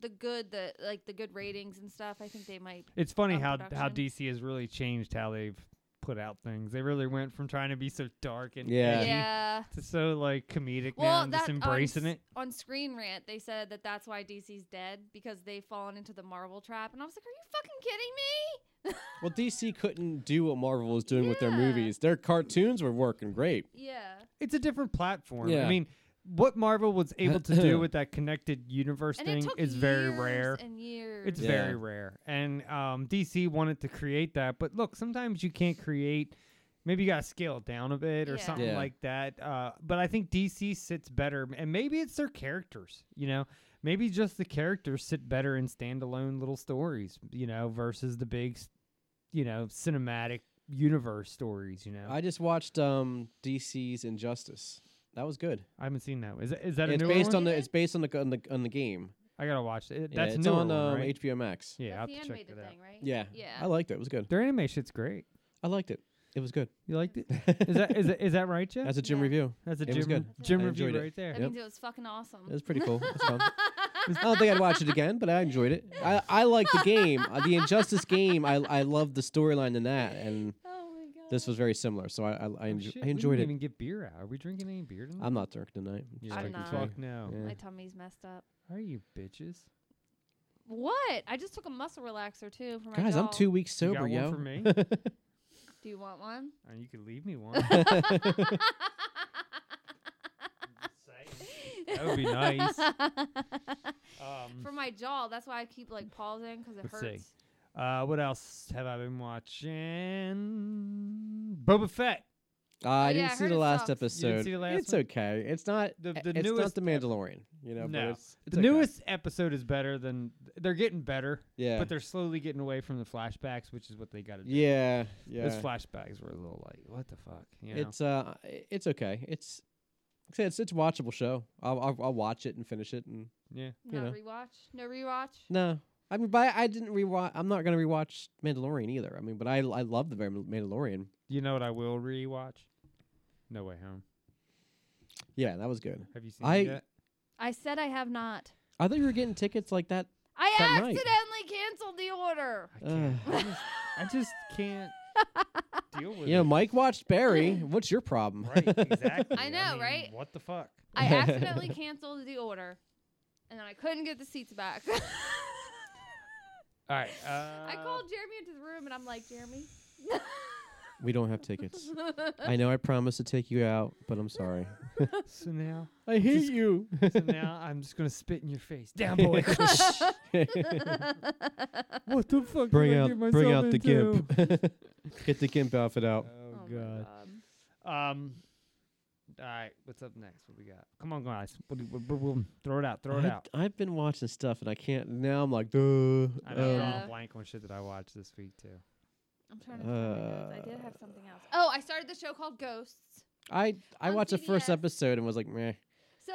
the good, the like the good ratings and stuff, I think they might. It's funny up how how production. DC has really changed how they've put out things. They really went from trying to be so dark and Yeah. edgy Yeah. to so like comedic now Well, and that um, just embracing on, s- it. on Screen Rant, they said that that's why DC's dead because they've fallen into the Marvel trap, and I was like, "Are you fucking kidding me?" Well, DC couldn't do what Marvel was doing with their movies. Their cartoons were working great. Yeah. It's a different platform. Yeah. I mean, what Marvel was able to do with that connected universe And it thing took is very years rare. and years. It's Yeah. very rare. And um, DC wanted to create that, but look, sometimes you can't create. Maybe you gotta scale it down a bit or Yeah. something Yeah. like that. Uh, but I think DC sits better, and maybe it's their characters. You know, maybe just the characters sit better in standalone little stories. You know, versus the big, s- you know, cinematic universe stories. You know, I just watched um, DC's Injustice. That was good. I haven't seen that. Is that, is that a it's newer based one? on the it's based on the on the, on the game. I gotta watch it. Yeah, That's it's newer on one, um, right? HBO Max. Yeah, I'll the have to check animated that out. thing, right? Yeah. Yeah. I liked it. It was good. Their anime shit's great. I liked it. It was good. You liked it? Is that is that, is that right, Jeff? That's a gym review. That's a It gym was good. gym I review enjoyed it. right there. That means it was fucking awesome. It was pretty cool. It was fun. I don't think I'd watch it again, but I enjoyed it. I, I like the game, Uh, the Injustice game. I I love the storyline in that, and Oh this was very similar. So I I, I, enjo- Oh, Shit, I we enjoyed didn't it. Even get beer out. Are we drinking any beer tonight? I'm not drinking tonight. I'm just I'm drinking not. tea. Fuck no. Yeah. My tummy's messed up. Are you bitches? What? I just took a muscle relaxer too for my Guys, I'm jaw. two weeks You sober, got one yo. Uh, for me? Do you want one? Uh, you could leave me one. That would be nice. Mm. Um, for my jaw. That's why I keep like pausing because it Let's hurts. see. Uh, what else have I been watching? Boba Fett. I yeah, didn't I see heard the it last sucks. You didn't see episode. the last it's one? okay. It's not. The- The, the it's newest not the Mandalorian. You know, but no, it's, it's the okay. newest episode is better than they're getting better. Yeah. but they're slowly getting away from the flashbacks, which is what they got to do. Yeah, Those yeah. flashbacks were a little like, what the fuck? You know? It's uh, i- it's okay. It's like I said, it's it's a watchable show. I'll, I'll I'll watch it and finish it and yeah. You no know. rewatch. No rewatch. No, I mean, but I, I didn't rewatch. I'm not gonna rewatch Mandalorian either. I mean, but I I love the Mandal- Mandalorian. You know what I will rewatch? No Way Home. Yeah, that was good. Have you seen it I yet? I said I have not. I thought you were getting tickets like that. uh, I that accidentally night. canceled the order. Ugh. I just can't deal with you know, Mike watched Barry. What's your problem? Right, exactly. I know, right? What the fuck? I accidentally canceled the order, and then I couldn't get the seats back. All right. I Uh, called Jeremy into the room, and I'm like, Jeremy. Oh We don't have tickets. I know I promised to take you out, but I'm sorry. so now I hate you. so now I'm just gonna spit in your face, down boy. what the fuck? bring did I out, get myself bring out the into? gimp. Get the gimp outfit out. Oh, god. Um. All right. What's up next? What we got? Come on, guys. What do- what- what- what- Throw it out. Throw it I, out. I've been watching stuff and I can't. Now I'm like, duh. I know. uh, drawing a blank on shit that I watched this week too. I'm trying to. Find my notes. I Uh, did have something else. Oh, I started the show called Ghosts. I I On watched the first CBS. episode and was like, meh. So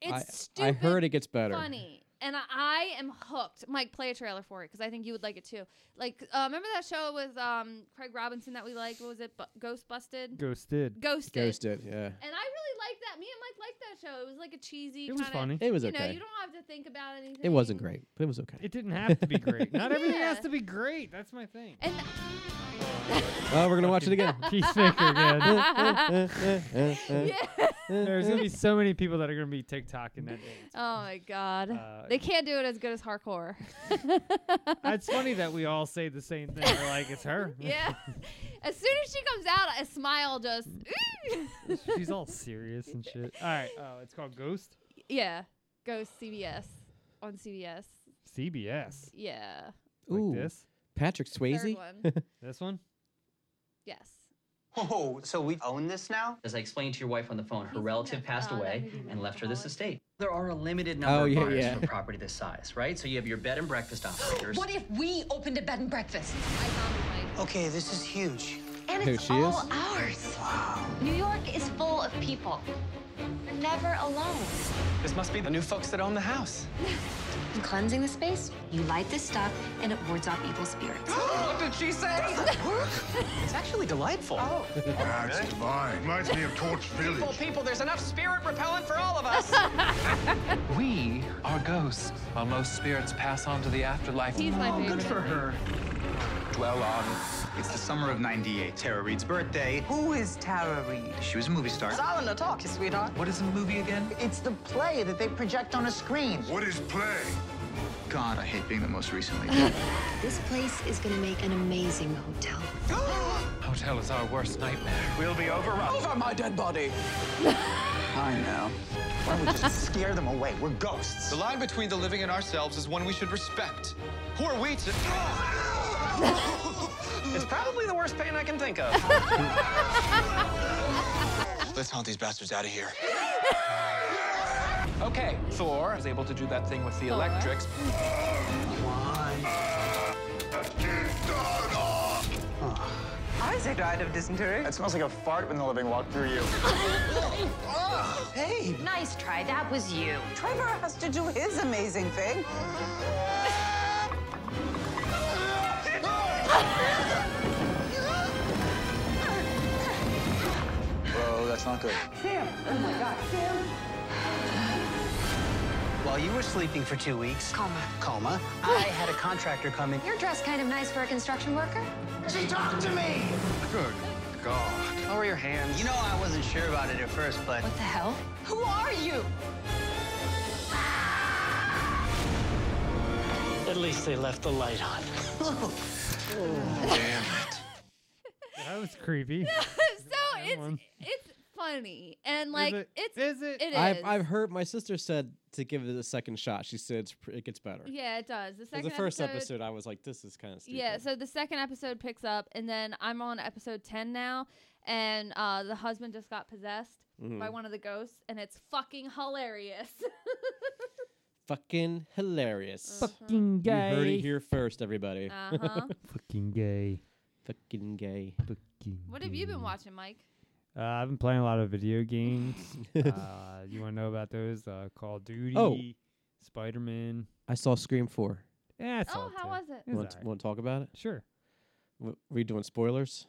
it's I, stupid. I heard it gets better. Funny. And I- I am hooked. Mike, play a trailer for it because I think you would like it too. Like, uh, remember that show with um, Craig Robinson that we liked? What was it? Bu- Ghost Busted? Ghosted. Ghosted. Ghosted. Yeah. And I really liked that. Me and Mike liked that show. It was like a cheesy. It was kinda- funny. It was you Know, okay. you don't have to think about anything. It wasn't great, but it was okay. It didn't have to be great. Not everything Yeah. has to be great. That's my thing. And Oh, we're gonna watch it again. Peacemaker again. Yeah. There's gonna be so many people that are gonna be TikToking that day. oh my god, Uh, they can't do it as good as hardcore. It's funny that we all say the same thing. We're like, it's her. yeah. As soon as she comes out, a smile just. She's all serious and shit. All right. Oh, it's called Ghost yeah. Ghost CBS on CBS. CBS. Yeah. Ooh, this? Patrick Swayze. one. This one? Yes. Oh, so we own this now? As I explained to your wife on the phone, her relative passed away and left her this estate. There are a limited number Oh, of yeah, buyers yeah. for property this size, right? So you have your bed and breakfast operators. What if we opened a bed and breakfast? Okay, this is huge. And Who it's she all Oh, is? ours. New York is full of people. You're never alone. This must be the new folks that own the house. In cleansing the space, you light this stuff and it wards off evil spirits. what did she say? Does it work? It's actually delightful. Oh. That's divine. Reminds me of Torch People, Village. people, there's enough spirit repellent for all of us. We are ghosts. While most spirits pass on to the afterlife. He's my Oh, favorite. Good for her. Dwell on. It's the summer of 98, Tara Reid's birthday. Who is Tara Reid? She was a movie star. Solid to talk, you sweetheart. What is the movie again? It's the play that they project on a screen. What is play? God, I hate being the most recently. This place is gonna make an amazing hotel. Hotel is our worst nightmare. We'll be overrun. Over my dead body. I know. Why don't we just scare them away? We're ghosts. The line between the living and ourselves is one we should respect. Who are we to? It's probably the worst pain I can think of. Let's haunt these bastards out of here. Okay, Thor is able to do that thing with the electrics. Isaac died of dysentery. It smells like a fart when the living walked through you. Hey! Nice try, that was you. Trevor has to do his amazing thing. That's not good. Sam! Oh my god, Sam! While you were sleeping for two weeks, coma, coma, I had a contractor come in. You're dressed kind of nice for a construction worker. She talked to me! Good God. Lower your hand. You know I wasn't sure about it at first, but What the hell? Who are you? at least they left the light on. Oh. Damn. That was creepy. so That it's one. it's funny and like it? it's is it? It I've, is. I've heard my sister said to give it a second shot. She said it's, pr- it gets better. yeah, it does. The 'Cause second the first episode, I was like, this is kind of stupid. Yeah, so the second episode picks up, and then I'm on episode 10 now, and uh, the husband just got possessed by Mhm. one of the ghosts, and it's fucking hilarious. Fucking hilarious. Fucking You heard gay. it here first, everybody. Uh-huh. Fucking gay. Fucking gay. Fucking. what have you Mm. been watching, Mike? Uh, I've been playing a lot of video games. uh, you want to know about those? Uh, Call of Duty, Oh. Spider Man. I saw Scream 4. Yeah, oh, how was it? Want to talk about it? Sure. W- we doing spoilers?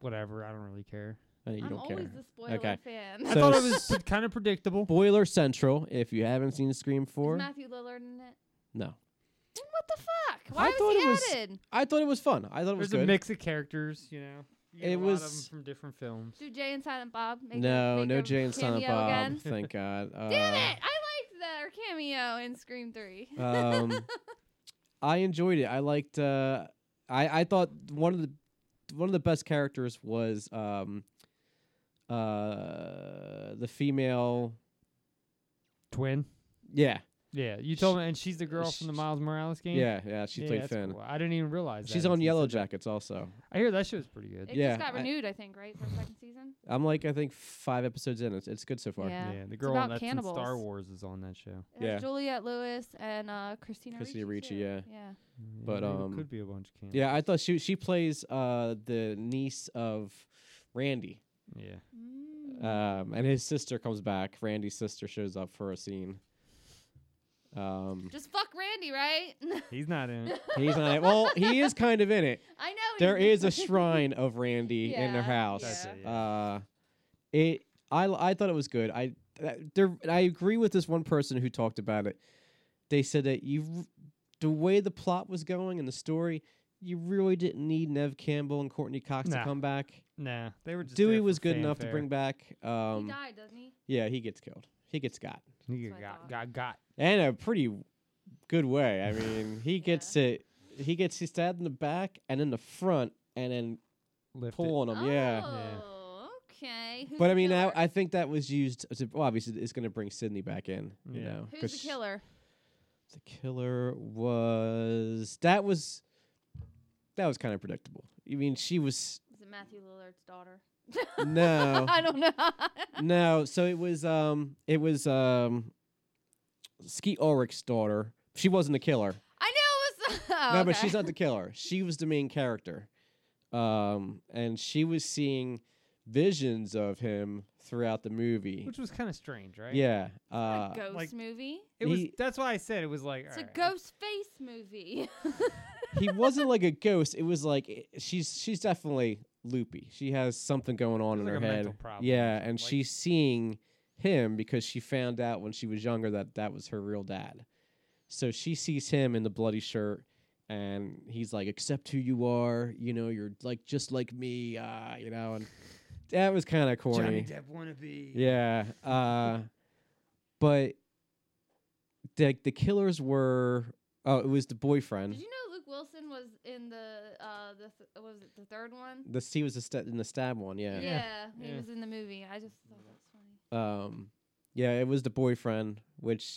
Whatever. I don't really care. I know you I'm don't care. always the spoiler okay. fan. I thought it was s- kind of predictable. Spoiler central. If you haven't seen Scream Is Four, Matthew Lillard in it? no. Then what the fuck? Why I thought it was was. he added? I thought it was fun. I thought it was There's good. a mix of characters, you know. You get It a lot of 'em was- from different films. Do Jay and Silent Bob make a- no, make no a Jay and Silent cameo Bob. again? Thank God. Uh, Damn it! I liked their cameo in Scream 3. um, I enjoyed it. I liked. Uh, I I thought one of the one of the best characters was um, uh, the female twin. Yeah, Yeah, you told me, and she's the girl from the Miles Morales game. yeah, yeah. She played that's Finn. cool. I didn't even realize that She's until on you Yellow said that. Jackets also. I hear that shit was pretty good. It yeah, just got I- renewed, I, think, right, for a second season? I'm like I think five episodes in. It's it's good so far. Yeah. the It's girl on about that's in cannibals. Star Wars is on that show. It has Juliette Lewis and uh, Christina, Christina Ricci, too. yeah. Yeah. But maybe it um, could be a bunch of cannibals. Yeah, I thought she she plays uh the niece of Randy. Yeah. Um, and his sister comes back. Randy's sister shows up for a scene. Um, Just fuck Randy, right? he's not in it. he's not. Well, he is kind of in it. I know There he's- is a shrine of Randy in their Yeah, house. That's it, Uh, it. I l- I thought it was good. I that- there. I agree with this one person who talked about it. They said that you, r- the way the plot was going and the story, you really didn't need Nev Campbell and Courtney Cox to Nah. come back. Nah, they were just Dewey there was for good enough to fanfare. bring back. Um, died, doesn't he? Yeah, he gets killed. He gets got, He got, got got. and a pretty w- good way. I mean, he gets it. He gets he stabbed in the back and in the front, and then Lifted. pulling him. Um, Yeah. Oh, okay. Who's But the I mean, killer? I, I think that was used. To, well, obviously, it's going to bring Sydney back in. You Yeah. know, Who's 'cause the killer? The killer was that was that was kind of predictable. I mean, she was Is it Matthew Lillard's daughter? No. I don't know. no. So it was um it was um Skeet Ulrich's daughter. She wasn't the killer. I knew it was. Oh, no, but okay. she's not the killer. She was the main character. Um, and she was seeing visions of him throughout the movie. Which was kind of strange, right? Yeah. A Uh, ghost like- movie. It was. He- That's why I said it was like. It's all a right. ghost face movie. he wasn't like a ghost. It was like i- she's she's definitely loopy. She has something going on in Like her a head. mental problem or yeah, something, and like- she's seeing him because she found out when she was younger that that was her real dad. So she sees him in the bloody shirt, and he's like, "Accept who you are. You know, you're like just like me. Ah, you know." And that was kind of corny. Johnny Depp wannabe. Yeah. Uh, but the the killers were. Oh, it was the boyfriend. Did you know Luke Wilson was in the uh the th- what was it the third one? The he was a sta- in the stab one, yeah. Yeah, he was in the movie. I just thought that's funny. Um, yeah, it was the boyfriend, which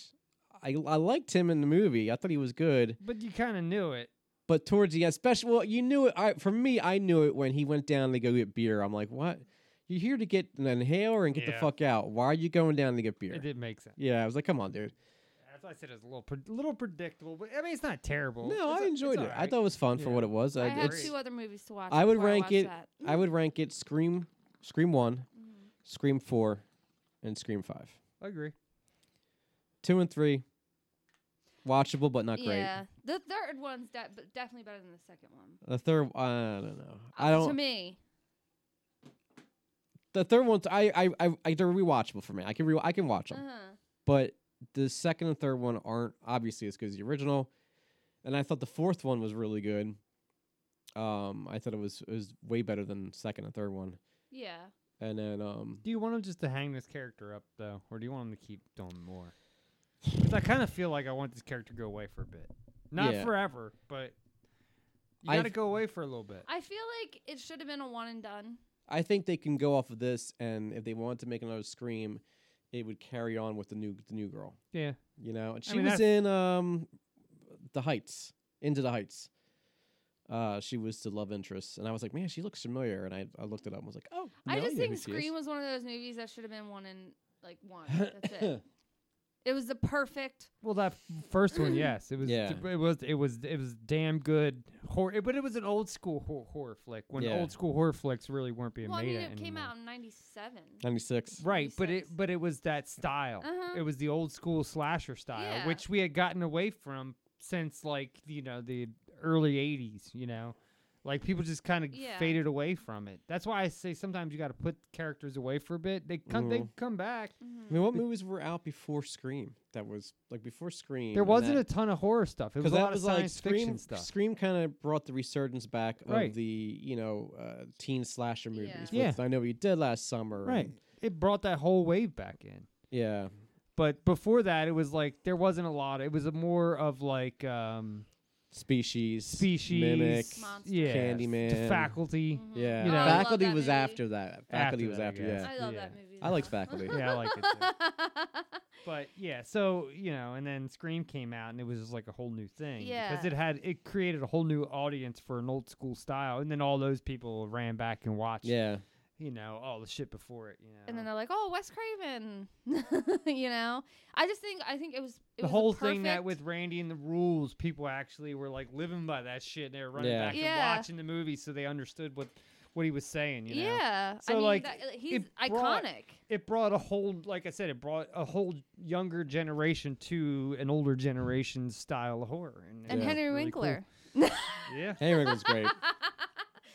I I liked him in the movie. I thought he was good, But you kind of knew it. but towards the end, especially well, you knew it. I for me, I knew it when he went down to go get beer. I'm like, what? You're here to get an inhaler and get the Yeah. fuck out. Why are you going down to get beer? It didn't make sense. Yeah, I was like, come on, dude. That's why I said it was a little, pre- little predictable. But I mean, it's not terrible. No, It's a- I it's enjoyed it. I alright. thought it was fun for what it was. I I, have it's- two other movies to watch. I would before rank watch it. that. I would rank it. Scream, Scream one, Mm-hmm. Scream four, and Scream five. I agree. Two and three, watchable but not great. Yeah, the third one's de- but definitely better than the second one. Uh, The third, I don't know. I don't. To me, The third one, I, I, I, I they're rewatchable for me. I can re, I can watch them, Uh-huh. but the second and third one aren't obviously as good as the original. And I thought the fourth one was really good. Um, I thought it was it was way better than second and third one. Yeah. And then um, Do you want him just to hang this character up though, or do you want him to keep doing more? Because I kind of feel like I want this character to go away for a bit, not Yeah. forever, but you I've- gotta go away for a little bit. I feel like it should have been a one and done. I think they can go off of this, and if they wanted to make another Scream, it would carry on with the new the new girl. Yeah. you know, and I she mean, was that's- in um, the Heights, Into the Heights. Uh, she was the love interest, and I was like, man, she looks familiar, and I, I looked it up and was like, oh, I now just know who think she is." Scream was one of those movies that should have been one and like one. That's it. It was the perfect. Well, that first one, yes, it was. Yeah. It was. It was. It was damn good horror, it- but it was an old school horror, horror flick when Yeah. old school horror flicks really weren't being Well, I made. mean, at it came anymore. out in '97. Ninety six. Right, but it but it was that style. Uh-huh. It was the old school slasher style, Yeah. which we had gotten away from since like you know the early '80s. You know, like people just kind of Yeah. faded away from it. That's why I say sometimes you got to put characters away for a bit. They come they Mhm. come back. Mm-hmm. I mean, what movies were out before Scream? That was like before Scream. There and wasn't that- a ton of horror stuff. It was Because a that lot was of like science Scream. fiction stuff. Scream kind of brought the resurgence back Right. of the you know uh, teen slasher movies. with Yeah. I know what you did last summer. Right. and- It brought that whole wave back in. yeah. But before that, it was like there wasn't a lot. It was a more of like um, Species. species, Mimic. Monsters. yeah, Candyman. faculty. Mm-hmm. Yeah. you know. faculty was after that. Faculty After was that, I after. guess. Yeah. I love that Yeah. movie, I liked faculty. Yeah, I like it. Too. but yeah, so you know, and then Scream came out, and it was just like a whole new thing because Yeah. it had it created a whole new audience for an old school style, and then all those people ran back and watched. Yeah. you know all the shit before it. You know, And then they're like, "Oh, Wes Craven," you know. I just think I think it was it the was a whole thing perfect- that with Randy and the rules, people actually were like living by that shit. And they were running Yeah. back Yeah. and watching the movie, so they understood what what he was saying. You know? Yeah, I So mean, like, that- uh, he's it brought- iconic. it brought a whole, like I said, it brought a whole younger generation to an older generation style of horror. And, and it was Henry really cool. Winkler. Yeah, Henry Winkler's great.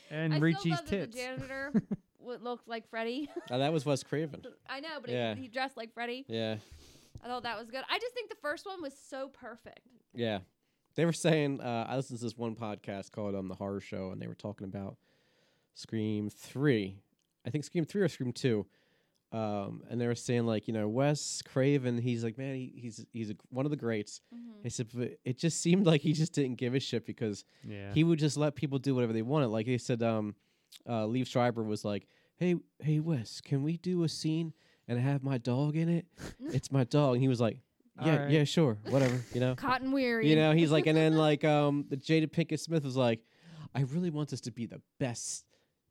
and I still Ricci's love that tits. the janitor would look like Freddy. Now, Uh, that was Wes Craven. I know, but Yeah. he, he dressed like Freddy. Yeah. I thought that was good. I just think the first one was so perfect. Yeah. They were saying uh, I listened to this one podcast called um, The Horror Show, and they were talking about Scream Three. I think Scream Three or Scream Two. Um, and they were saying like, you know, Wes Craven, he's like, man, he, he's he's a, one of the greats. Mm-hmm. He said, but it just seemed like he just didn't give a shit because Yeah. he would just let people do whatever they wanted. Like they said, um, uh, Leave Schreiber was like, hey, hey, Wes, can we do a scene and have my dog in it? it's my dog. And he was like, yeah, Alright. yeah, sure, whatever, you know. Cotton weary. You know, he's like, and then like um, the Jada Pinkett Smith was like, I really want this to be the best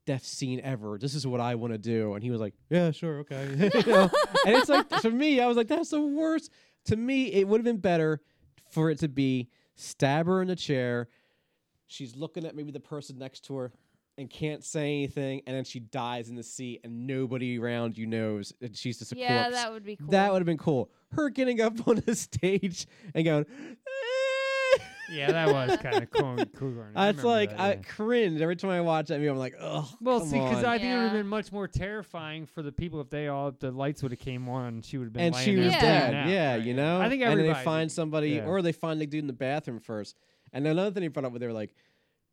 death scene ever. This is what I want to do, and he was like, Yeah, sure, okay. You know? and it's like for me, I was like, that's the worst. To me, it would have been better for it to be stab her in the chair. She's looking at maybe the person next to her and can't say anything, and then she dies in the sea, and nobody around you knows, and she's just a Yeah, corpse. that would be That cool. would have been cool. Her getting up on the stage and going, yeah, that was kind of cool. cool Garner. I That's remember like that, I yeah. cringe every time I watch that movie. I'm like, oh, Well, come see, because on." I think it would have been much more terrifying for the people if they all if the lights would have came on and she would have been and laying she was there dead. bleeding out. yeah, you know. I think and then they everybody- find somebody, yeah. or they find the dude in the bathroom first. And another thing he brought up, where they were like,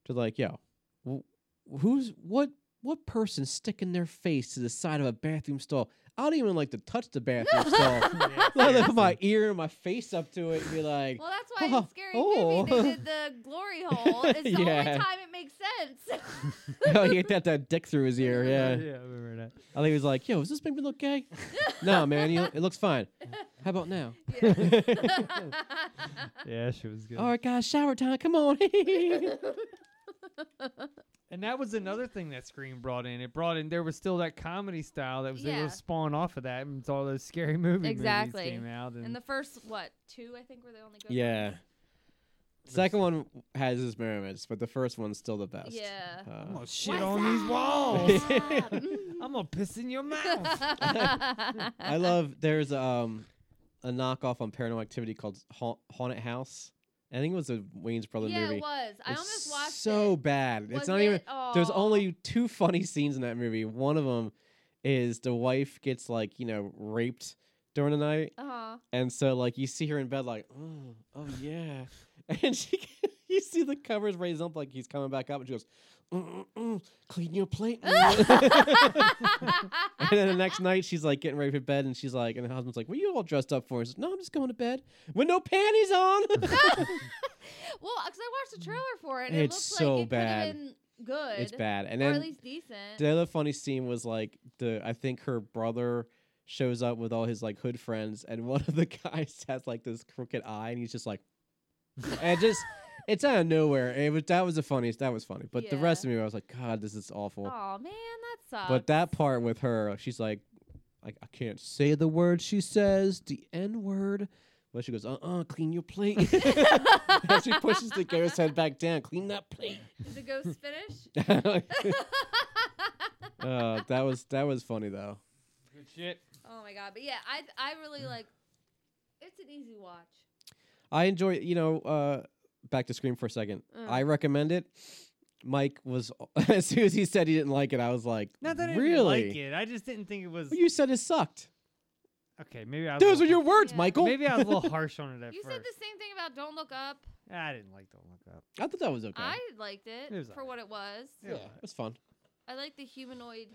to like, yo, wh- who's what? What person sticking their face to the side of a bathroom stall? I don't even like to touch the bathroom stall. Let alone put my ear and my face up to it and be like, Well, that's why in Scary Movie oh. they did the glory hole. It's the Yeah. only time it makes sense. oh, he got that dick through his ear. Yeah. yeah, I remember that. I think he was like, "Yo, does this make me look gay?" no, man, you, it looks fine. How about now? Yeah, she was good. All right, guys, shower time. Come on. And that was another thing that Scream brought in. It brought in there was still that comedy style that was Yeah. able to spawn off of that, and it's all those scary movie exactly. movies came out. And, the first what two I think were the only good. yeah. ones. Second one has its moments, but the first one's still the best. Yeah. Uh, I'm gonna shit on these walls. I'm gonna piss in your mouth. I love. There's um a knockoff on Paranormal Activity called Haunt, Haunted House. I think it was a Wayne's Brother Yeah, it movie. was. I It's almost watched So bad. Was it's not even. it? There's Aw. only two funny scenes in that movie. One of them is the wife gets like you know raped during the night, Uh-huh. and so like you see her in bed like, oh, oh yeah, and she you see the covers raised up like he's coming back up, and she goes, mm, mm, mm, clean your plate. and then the next night she's like getting ready for bed, and she's like, and the husband's like, what are you all dressed up for? And she's no, I'm just going to bed with no panties on. Well, because I watched the trailer for it, and It's it looks so like it could bad. have been good. It's bad. And or then at least decent. The other funny scene was like the I think her brother shows up with all his like hood friends, and one of the guys has like this crooked eye, and he's just like, and just it's out of nowhere. It was that was the funniest. That was funny. But the rest of me, I was like, God, this is awful. oh man, that sucks. But that part with her, she's like, like I can't say the word she says, the N word. But she goes, uh uh clean your plate. and she pushes the ghost head back down, clean that plate. Is the ghost finished? uh, that was that was funny though. Good shit. oh my god! But yeah, I I Mm. really like. It's an easy watch. I enjoy, you know, uh, back to Scream for a second. Mm. I recommend it. Mike was as soon as he said he didn't like it, I was like, Not that I really? didn't like it. I just didn't think it was. Well, you said it sucked. Okay, maybe I. Was a Those are little- your words, Michael. Maybe I was a little harsh on it at You first. said the same thing about Don't Look Up. I didn't like Don't Look Up. I thought that was okay. I liked it, It was for what it was. yeah, that's fun. I like the humanoid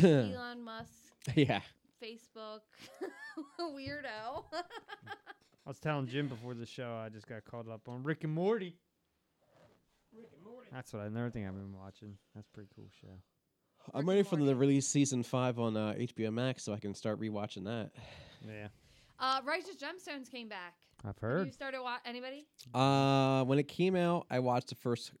Elon Musk, yeah. Facebook weirdo. I was telling Jim before the show I just got caught up on Rick and Morty. That's what I, another thing I've been watching. That's a pretty cool show. I'm ready for the release season five on uh, HBO Max so I can start rewatching that. Yeah, uh, Righteous Gemstones came back. I've Have You started wa- anybody? Uh, when it came out, I watched the first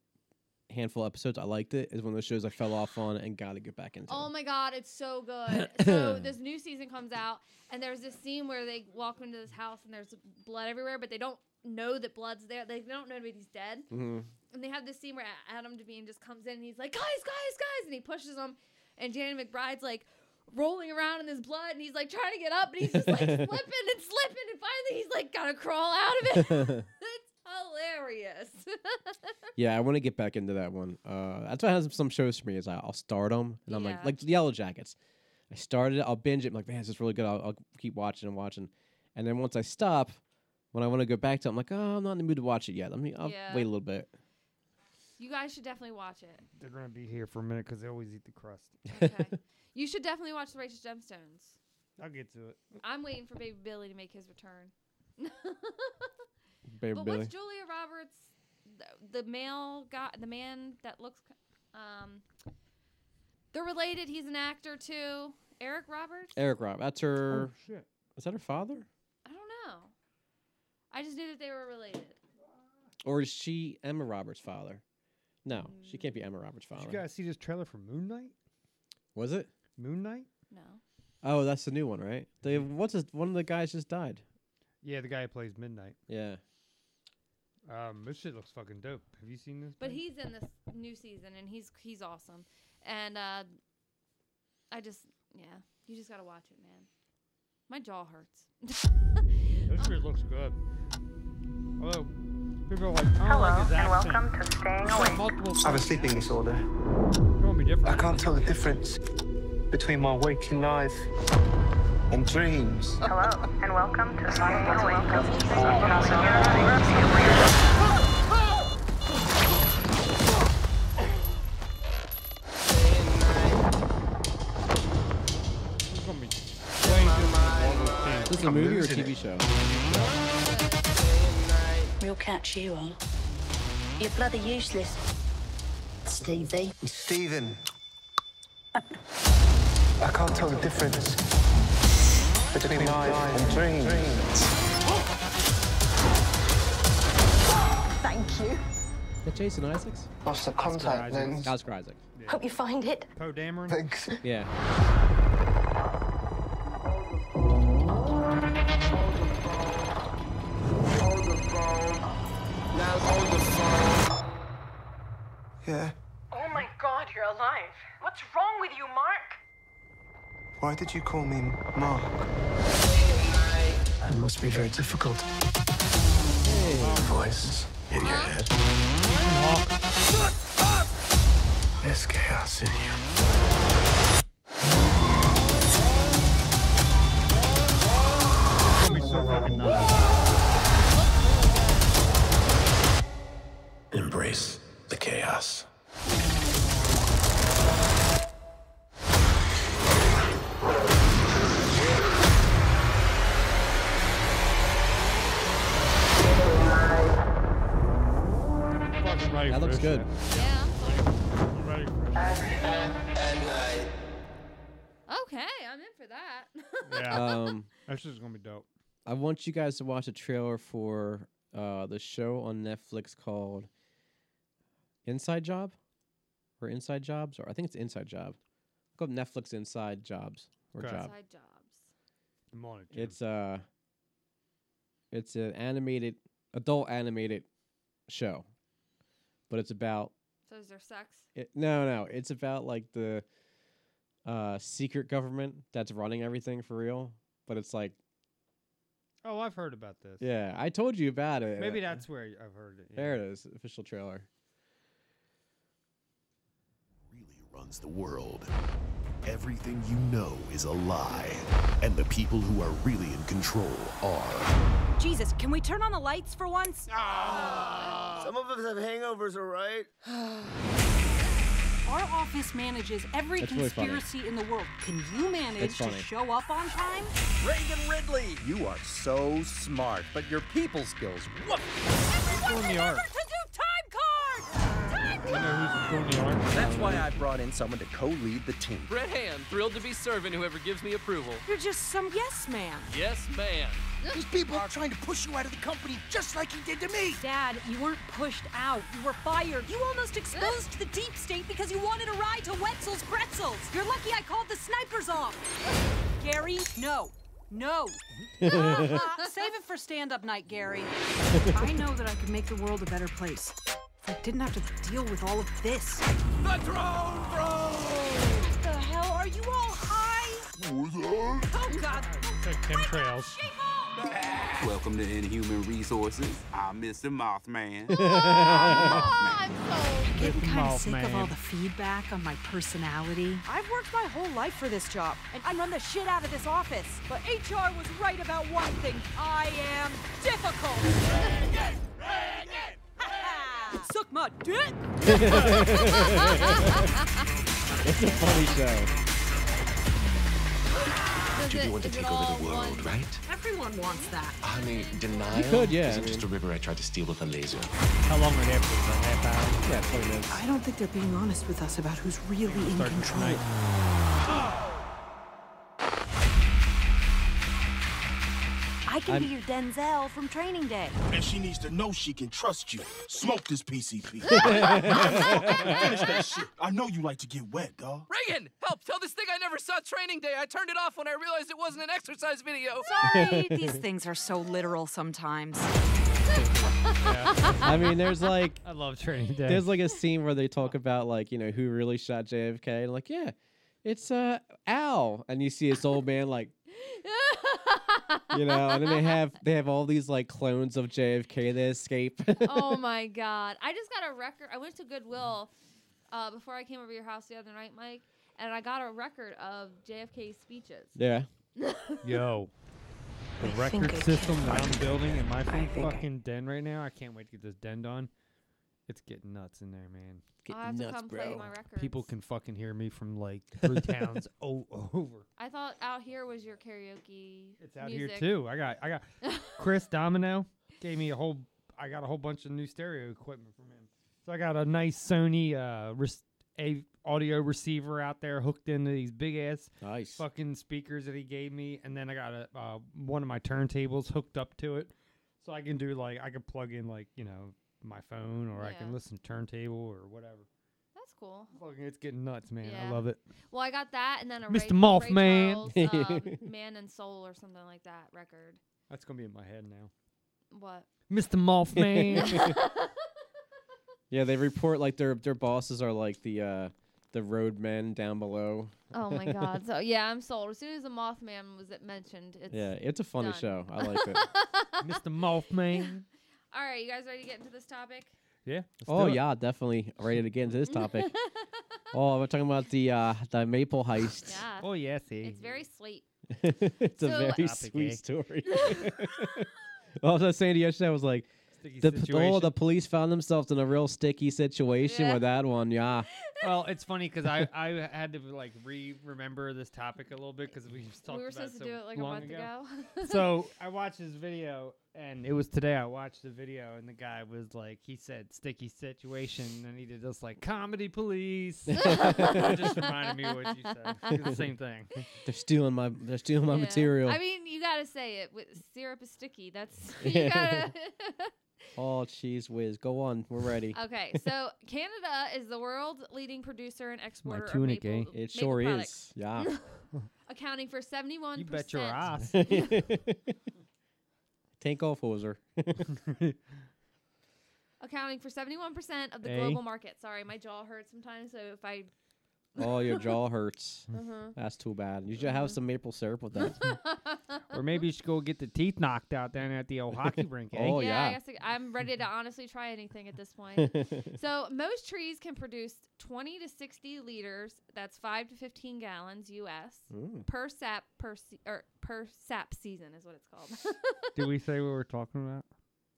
handful of episodes. I liked it. It's one of those shows I fell off on and got to get back into. Oh my god, it's so good. so this new season comes out and there's this scene where they walk into this house and there's blood everywhere, but they don't know that blood's there. They don't know anybody's dead. Mhm. And they have this scene where A- Adam Devine just comes in and he's like, "Guys, guys, guys!" and he pushes them, and Janet McBride's like rolling around in this blood, and he's like trying to get up, and he's just like slipping and slipping, and finally he's like gotta crawl out of it. it's hilarious. Yeah, I want to get back into that one. Uh, that's what has some shows for me is I- I'll start them and I'm Yeah. like like the Yellow Jackets. I started it, I'll binge it. I'm like, man, this is really good. I'll, I'll keep watching and watching. And then once I stop, when I want to go back to, it, I'm like, oh, I'm not in the mood to watch it yet. Let me, I'll Yeah. wait a little bit. you guys should definitely watch it. they're gonna be here for a minute because they always eat the crust. You should definitely watch the Righteous Gemstones. I'll get to it. I'm waiting for Baby Billy to make his return. Baby but Billy. what's Julia Roberts, the, the male guy, the man that looks, ki- um, they're related. He's an actor too. Eric Roberts. Eric Rob, that's her. Oh, shit. Oh. Was that her father, I don't know. I just knew that they were related. or is she Emma Roberts' father? No, she can't Mm. be Emma Roberts' Did father. you guys see this trailer for Moon Knight? Was it? Moon Knight? No. Oh, that's the new one, right? They what's his, one of the guys just died. Yeah, the guy who plays Midnight. Yeah. Um, this shit looks fucking dope. Have you seen this? But thing? he's in this new season, and he's he's awesome. And uh, I just yeah, you just gotta watch it, man. My jaw hurts. This shit looks good. Hello. People are like, I don't like his and accent. welcome to Staying Awake. I have a sleeping disorder. I can't tell the difference between my waking life and dreams. Hello, and welcome to Staying This is gonna be way Is different. this a movie or a TV show? We'll catch you all. You're bloody useless. Stevie. Stephen. I can't tell the difference between life and dreams. Thank you. That Jason Isaacs? Lost the contact lens. Oscar Isaac. Hope you find it. Poe Dameron. Thanks. Yeah. Yeah. Oh my god, you're alive. What's wrong with you, Mark? Why did you call me Mark? That must be very difficult. Voices in your head. There's chaos in you. embrace the chaos. That looks good. Yeah. I'm ready for Okay, I'm in for that. Yeah. Um, That's just gonna be dope. I want you guys to watch a trailer for uh, the show on Netflix called Inside Job or Inside Jobs, or I think it's Inside Job. Look up Netflix Inside Jobs or Okay. Job. Side jobs. Monitor. It's uh it's an animated adult animated show. But it's about So is there sex? it, no, no, it's about like the uh secret government that's running everything for real, but it's like Oh, I've heard about this. yeah, I told you about it. Maybe uh, that's where I've heard it. yeah. There it is, official trailer. runs the world. Everything you know is a lie, and the people who are really in control are. Jesus, can we turn on the lights for once? Some of us have hangovers, all right? Our office manages every That's really funny. conspiracy in the world. Can you manage That's to funny. show up on time? Reagan Ridley! You are so smart, but your people skills. What? Everyone remember to do time cards! Time That's why I brought in someone to co-lead the team. Brett Ham, thrilled to be serving whoever gives me approval. You're just some yes man. Yes, ma'am. These people are trying to push you out of the company just like you did to me. Dad, you weren't pushed out. You were fired. You almost exposed to the deep state because you wanted a ride to Wetzel's Pretzels. You're lucky I called the snipers off. Gary, no. No. Uh-uh. Save it for stand up night, Gary. I know that I could make the world a better place. If I didn't have to deal with all of this. The drone, bro! What the hell? Are you all high? Oh, God. Chemtrails. Welcome to Inhuman Resources. I'm Mr. Mothman. Oh, Getting kind Mouth of sick of all man. the feedback on my personality. I've worked my whole life for this job, and I run the shit out of this office. But HR was right about one thing: I am difficult. Suck my dick. It's a funny show. Does You do it- want to is take it over all the world, one- right? Everyone wants that. I mean, denial could, yeah, isn't I just a river I tried to steal with a laser. How long were they up for? About half hour? Yeah, 20 minutes. I don't think they're being honest with us about who's really in control. I can I'm- be your Denzel from Training Day. And she needs to know she can trust you. Smoke this PCP. Finish that shit. I know you like to get wet, dog. Reagan, help! Tell this thing I never saw training day. I turned it off when I realized it wasn't an exercise video. Sorry, these things are so literal sometimes. I mean, there's like I love Training Day. there's like a scene where they talk about like you know who really shot JFK and like yeah, it's uh Al and you see this old man like you know and then they have they have all these like clones of JFK that escape. oh my god! I just got a record. I went to Goodwill uh, before I came over to your house the other night, Mike, and I got a record of JFK's speeches. yeah. Yo. The record system that I'm building in my fucking den right now. I can't wait to get this den done. It's getting nuts in there, man. I'll have to come play my People can fucking hear me from like three towns o- over. I thought out here was your karaoke. It's out here too. I got I got Chris Domino gave me a whole I got a whole bunch of new stereo equipment from him. So I got a nice Sony uh res- a audio receiver out there hooked into these big ass nice fucking speakers that he gave me and then I got a uh, one of my turntables hooked up to it so I can do like I can plug in like, you know, my phone or I Yeah. can listen to turntable or whatever. That's cool. Fucking it's getting nuts, man. Yeah. I love it. Well, I got that, and then a Mr. Ray- Mothman. Ray Charles, um, Man and Soul, or something like that record. That's going to be in my head now. What? Mr. Mothman. yeah, they report like their their bosses are like the uh the roadmen down below. Oh my god! So yeah, I'm sold. As soon as the Mothman was it mentioned, it's yeah, it's a funny done. show. I like it. Mr. Mothman. All right, you guys ready to get into this topic? Yeah. oh yeah, definitely ready to get into this topic. oh, we're talking about the uh, the maple heist. Yeah. Oh yeah, see. It's very sweet. it's So- a Topic, very sweet eh? story. well, I was saying to you yesterday, I was like, The, p- oh, the police found themselves in a real sticky situation Yeah. with that one. Yeah. well, it's funny because I, I had to like re-remember this topic a little bit because we just talked we were about supposed it to so do it like a long month ago. so I watched this video, and it was today. I watched the video, and the guy was like, he said sticky situation, and he did this like comedy police. it just reminded me of what you said. It's the same thing. They're stealing my. They're stealing my Yeah. material. I mean, you gotta say it. With syrup is sticky. That's you gotta. oh, cheese whiz. Go on. We're ready. okay, so Canada is the world's leading producer and exporter of tunic, maple, eh? It maple sure products, is. Yeah. accounting for seventy-one. You bet your ass. Tank off hoser. Accounting for seventy-one percent of the Eh? global market. Sorry, my jaw hurts sometimes, so if I. oh, your jaw hurts. Uh-huh. That's too bad. You should have some maple syrup with that. or maybe you should go get the teeth knocked out down at the old hockey rink. eh? Oh, yeah, I yeah. guess I- I'm ready to honestly try anything at this point. so most trees can produce 20 to 60 liters. That's five to 15 gallons U.S. Mm. Ooh. per sap per se- or per sap season is what it's called. Did we say what we're talking about?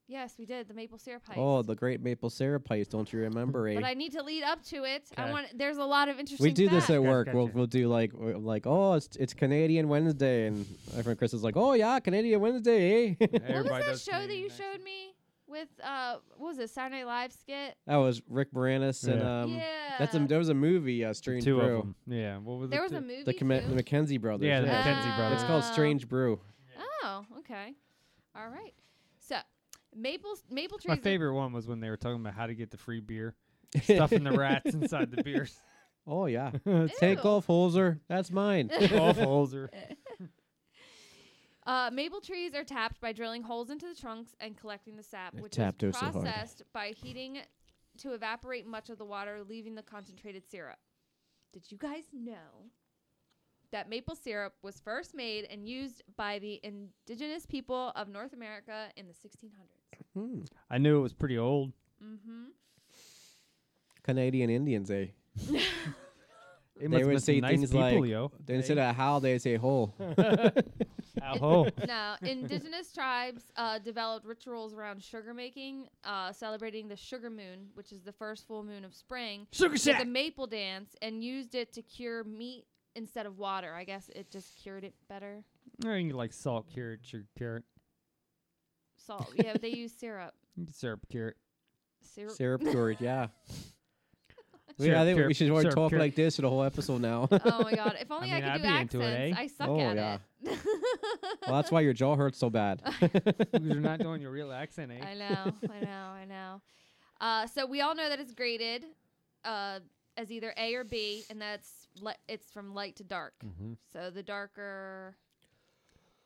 yes, we did the maple syrup heist. Oh, the great maple syrup heist. Don't you remember? eh? But I need to lead up to it. I Okay. want. There's a lot of interesting. we do this at facts. work. We'll, we'll do like we're like oh it's it's Canadian Wednesday and my friend Chris is like oh yeah Canadian Wednesday eh? What was that show that you showed me with? Uh, what was it? Saturday Night Live skit. that was Rick Moranis and Yeah. um that's a, there was a movie uh, Strange two of Brew. them. Yeah, what was There was a movie The, Comm- the McKenzie brothers. Yeah, the Mackenzie brothers. It's called Oh. Strange Brew. Oh, okay. All right. So maple maple trees. My are- favorite one was when they were talking about how to get the free beer, stuffing the rats inside the beers. Oh yeah, take off Holzer. That's mine. Take off, Holzer. Uh, maple trees are tapped by drilling holes into the trunks and collecting the sap, which tapped her is so hard. processed by heating to evaporate much of the water, leaving the concentrated syrup. Did you guys know that maple syrup was first made and used by the indigenous people of North America in the 1600s? I knew it was pretty old. Mm-hmm. Canadian Indians, eh? They they must've been would some say nice things people, like yo. they- instead Hey. of how they say ho. Ow-ho. Now, indigenous tribes uh, developed rituals around sugar making, uh, celebrating the sugar moon, which is the first full moon of spring. Sugar with shack. a maple dance, and used it to cure meat instead of water. I guess it just cured it better. Or you can like salt carrot, sugar carrot, Salt. yeah, but they use syrup. syrup carrot. Syrup. Syrup cured, yeah. We- Syrup I think we cured, should already syrup talk cured. like this for the whole episode now. oh my god! If only I, mean, I'd could do be into accents. it, eh? I suck Oh, at yeah. it. well, that's why your jaw hurts so bad. Because you're not doing your real accent, eh? I know, I know, I know. Uh, so we all know that it's graded uh, as either A or B, and that's li- it's from light to dark. Mhm. So the darker,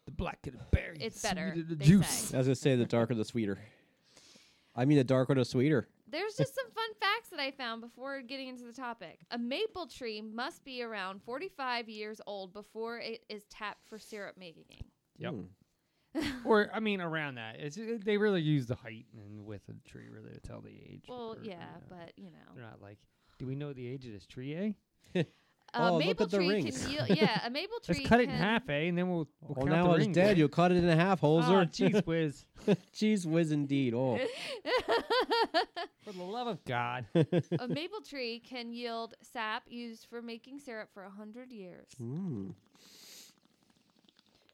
The black of the berry. It's better, sweeter The they juice. I was gonna say the darker the sweeter. I mean the darker the sweeter. there's just some fun facts that I found before getting into the topic. A maple tree must be around 45 years old before it is tapped for syrup making. Yep. or I mean, around that. It's uh, they really use the height and width of the tree really to tell the age. Well, or, you yeah, know. but you know. They're not like, do we know the age of this tree, eh? A Oh, look maple at the tree rings. can yield. Yeah, a maple tree. Let's cut it can, in half, eh? And then we'll. Well, we'll count now the it's rings, dead. eh? You'll cut it in half, Holzer. Ah, jeez whiz. Jeez whiz indeed. Oh, For the love of God. a maple tree can yield sap used for making syrup for a 100 years. Mm.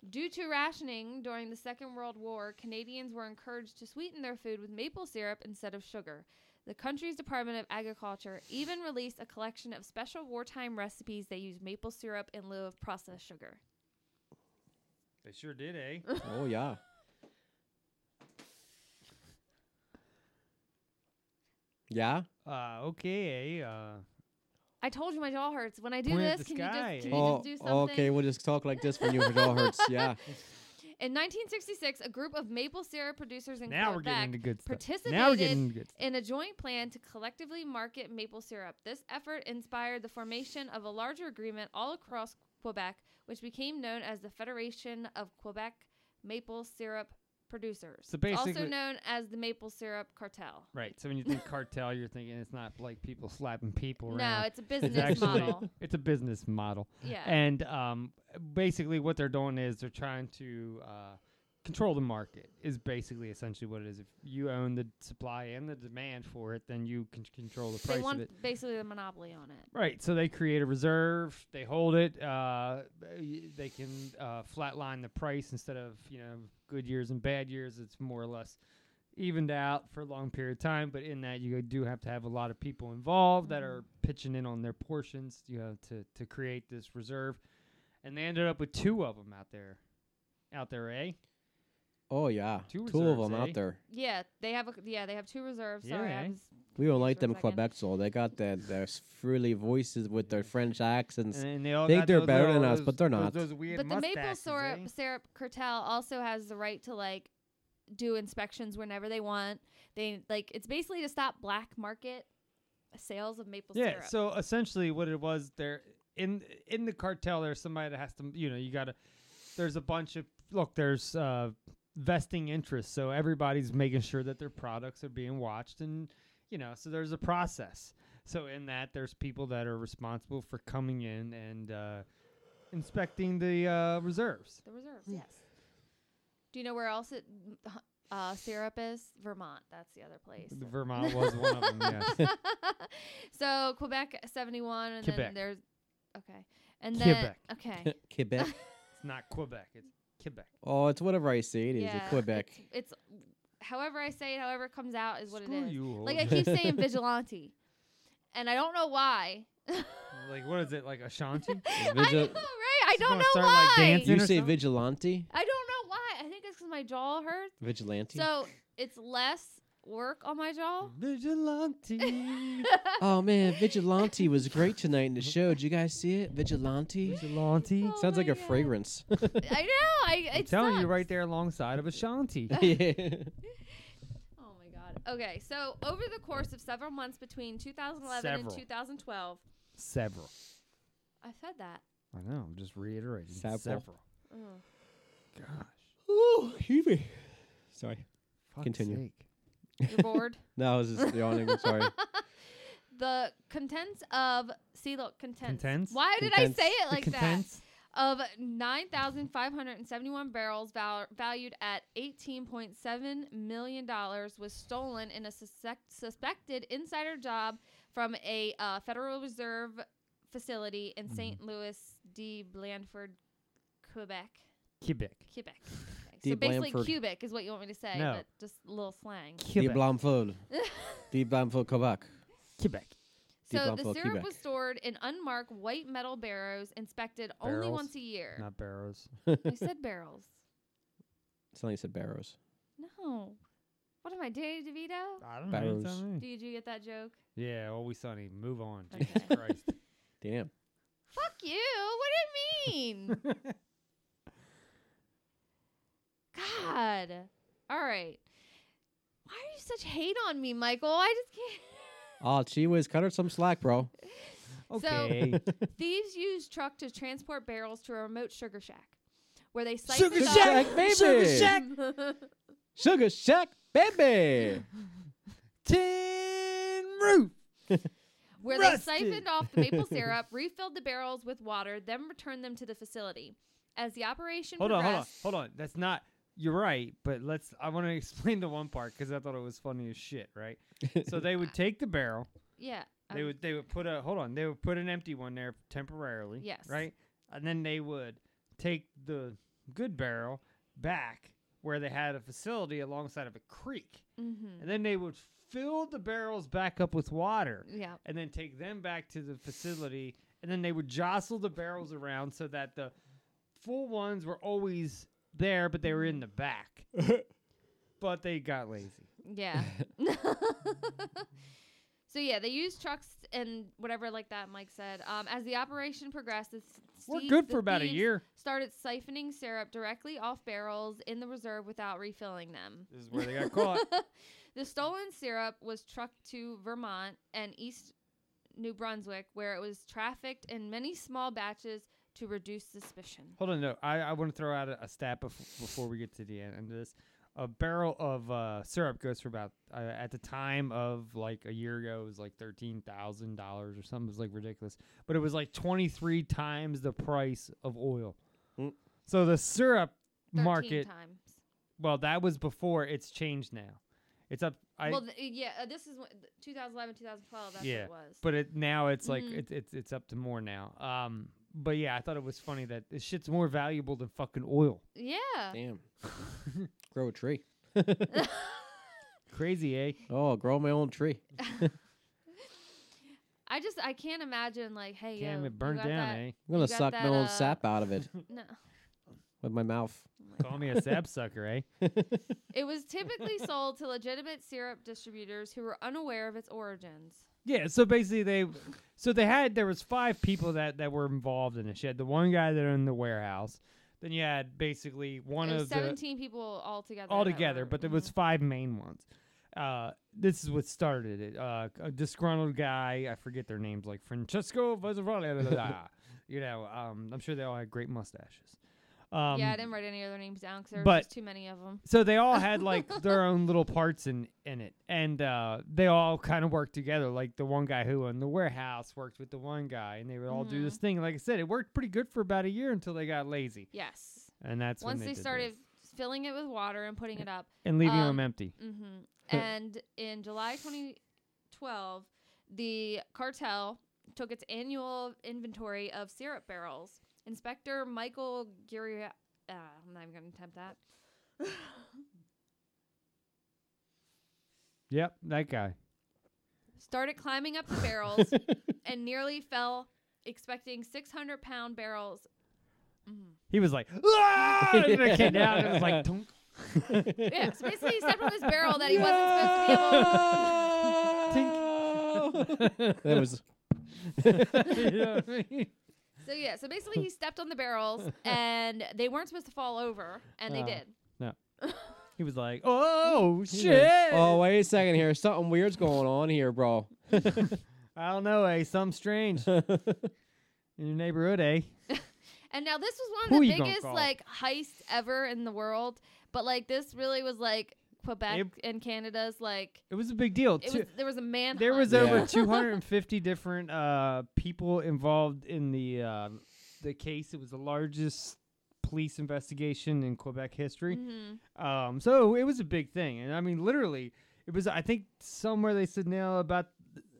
Due to rationing during the Second World War, Canadians were encouraged to sweeten their food with maple syrup instead of sugar. The country's Department of Agriculture even released a collection of special wartime recipes that use maple syrup in lieu of processed sugar. They sure did, eh? oh yeah. Yeah. Uh, okay, eh? Uh, I told you my jaw hurts. When I do Point at this, the can you, sky, just, can you Oh, just do something? okay. We'll just talk like this when your jaw hurts. Yeah. In 1966, a group of maple syrup producers in Now we're Quebec getting into good stuff. participated Now we're getting into good in a joint plan to collectively market maple syrup. This effort inspired the formation of a larger agreement all across Quebec, which became known as the Federation of Quebec Maple Syrup Producers, So basically- also known as the Maple Syrup Cartel. right. So when you think cartel, you're thinking it's not like people slapping people. No, around. it's a business actually- model. It's a business model. Yeah. And um, basically, what they're doing is they're trying to uh, control the market is basically essentially what it is. If you own the supply and the demand for it, then you can control the price they of want it. basically the monopoly on it. Right. So they create a reserve. They hold it. Uh, they can uh, flatline the price instead of you know good years and bad years. It's more or less evened out for a long period of time. But in that, you do have to have a lot of people involved that are pitching in on their portions. You know to to create this reserve, and they ended up with two of them out there, out there, eh? Oh yeah, Two two, of reserves, them eh? out there. Yeah, they have a yeah they have two reserves. Sorry, I Yeah. was- We don't like for a them second. Quebec soul. They got that their s- frilly voices with their French accents. And then they all think got they're those better than little- us, but they're those- not. those weird But the maple mustaches, syrup, eh? syrup cartel also has the right to like do inspections whenever they want. They like it's basically to stop black market sales of maple yeah syrup. so essentially what it was there in in the cartel there's somebody that has to you know you gotta there's a bunch of look there's uh vesting interests so everybody's making sure that their products are being watched and you know so there's a process so in that there's people that are responsible for coming in and uh inspecting the uh reserves the reserves, yes. Do you know where else it uh, syrup is? Vermont. That's the other place. The Vermont was one of them, yes. so Quebec seventy one, and Quebec. then there's okay, and then okay, Quebec. it's not quebec it's quebec Oh, it's whatever I say it is. Yeah, It's Quebec. it's however I say it, however it comes out is what Screw it is. you, like I keep Holden. saying vigilante, and I don't know why. like what is it like ashanti I know, right? I She's don't gonna know start, why. like, dancing You or say something? vigilante, I don't know why. I think it's because my jaw hurts. vigilante. So it's less work on my jaw. Vigilante. oh man, vigilante was great tonight in the show. Did you guys see it? Vigilante. Vigilante. Sounds Oh, like a fragrance. I know. I I'm it telling sucks. you right there alongside of Ashanti. Oh my god. Okay, so over the course of several months between 2011 and Several. 2012, Several. I said that. I know. I'm just reiterating. Several. Several. Ugh. Ooh, excuse me. Sorry. Fuck's Continue. You're bored. no, I was just yawning. I'm Sorry. The contents of see look contents. Contents? Why did Contents. I say it The like contents. that? Of 9,571 barrels val- valued at 18.7 million dollars was stolen in a suspect- suspected insider job from a uh, Federal Reserve facility Mm-hmm. in St. Louis de Blandford, Quebec. Quebec. Quebec. Okay. De So basically, Blandford. Quebec is what you want me to say, No. but just a little slang. The Blanfold. The Blanfold Quebec. Quebec. So the syrup was stored in unmarked white metal barrows, inspected only Barrels? once a year. Not barrows. I said barrels. Something said barrows. No. What am I, Danny DeVito? I don't know, you tell Barrows. me. Did you get that joke? Yeah, oh, always sunny. Move on. Jesus Christ. Damn. Fuck you. What do you mean? God. All right. Why are you such hate on me, Michael? I just can't. Oh, she was cut her some slack, bro. So thieves use truck to transport barrels to a remote sugar shack, where they siphon Sugar off- shack, Sugar baby! shack! Sugar Shack, baby. Tin roof. where Rusted. they siphoned off the maple syrup, refilled the barrels with water, then returned them to the facility. As the operation hold on, hold on, progressed, hold on. That's not. You're right, but let's. I want to explain the one part because I thought it was funny as shit. Right. so they would take the barrel. yeah, They um, would they would put a hold on. They would put an empty one there temporarily. Yes. Right, and then they would take the good barrel back where they had a facility alongside of a creek, Mhm. and then they would fill the barrels back up with water. Yeah. And then take them back to the facility, and then they would jostle the barrels around so that the full ones were always there, but they were in the back. but they got lazy. yeah. so yeah, they used trucks and whatever like that. Mike said, um, as the operation progressed, the We're thie- good the for about a thieves year. Started siphoning syrup directly off barrels in the reserve without refilling them. This is where they got caught. The stolen syrup was trucked to Vermont and East New Brunswick, where it was trafficked in many small batches to reduce suspicion. Hold on, no. I, I want to throw out a, a stat bef- before we get to the end of this. A barrel of uh, syrup goes for about uh, at the time of like a year ago it was like thirteen thousand dollars or something. It was like ridiculous, but it was like twenty three times the price of oil. So the syrup 13 market times. Well, that was before. It's changed now. It's up. I, well, th- yeah, uh, this is when, 2011, 2012. That's yeah, what it was. but it now it's like Mhm. it's it's it's up to more now. Um, but yeah, I thought it was funny that this shit's more valuable than fucking oil. yeah. Damn. grow a tree. Crazy, eh? Oh, grow my own tree. I just I can't imagine like hey Damn, yo, it burned you got down, that, eh? I'm you gonna got suck my that, own uh, sap out of it. No, with my mouth. Call me a sap sucker, eh? it was typically sold to legitimate syrup distributors who were unaware of its origins. Yeah, so basically they so they had there was five people that that were involved in this. You had the one guy that owned the warehouse. Then you had basically one It was Mm-hmm. of the 17 people all together. all together, but there was five main ones. Uh, this is what started it. Uh, a disgruntled guy, I forget their names, like Francesco Vazzarola. you know, um, I'm sure they all had great mustaches. Um, yeah, I didn't write any other names down because there but- was just too many of them. so they all had like their own little parts in in it, and uh, they all kind of worked together. Like the one guy who owned the warehouse worked with the one guy, and they would all do this thing. Like I said, it worked pretty good for about a year until they got lazy. Yes. and that's once they, when did this. Eh. started filling it with water and putting it up And leaving 'em empty. mhm. and in July 2012, the cartel took its annual inventory of syrup barrels. Inspector Michael Giri, uh, I'm not even going to attempt that. Yep, that guy. started climbing up the barrels and nearly fell, expecting 600 pound barrels. He was like, ah! and it came down. And it was like, "Tunk." Yeah, so basically he stepped on this barrel that he wasn't supposed to be able. that was. You know what I mean? So yeah, so basically he stepped on the barrels and they weren't supposed to fall over, and they Uh, did. No. He was like, oh He's shit. like, Oh wait a second here. Something weird's going on here, bro. I don't know, eh? Something strange in your neighborhood, eh? And now this was Who one of you the gonna biggest call? like heists ever in the world, but like this really was like Quebec and Canada's like It was a big deal. it Two- was there was a man there was over 250 different uh, people involved in the uh, the case. It was the largest police investigation in Quebec history. Mhm. Um, so it was a big thing, and I mean, literally, it was. I think somewhere they said now about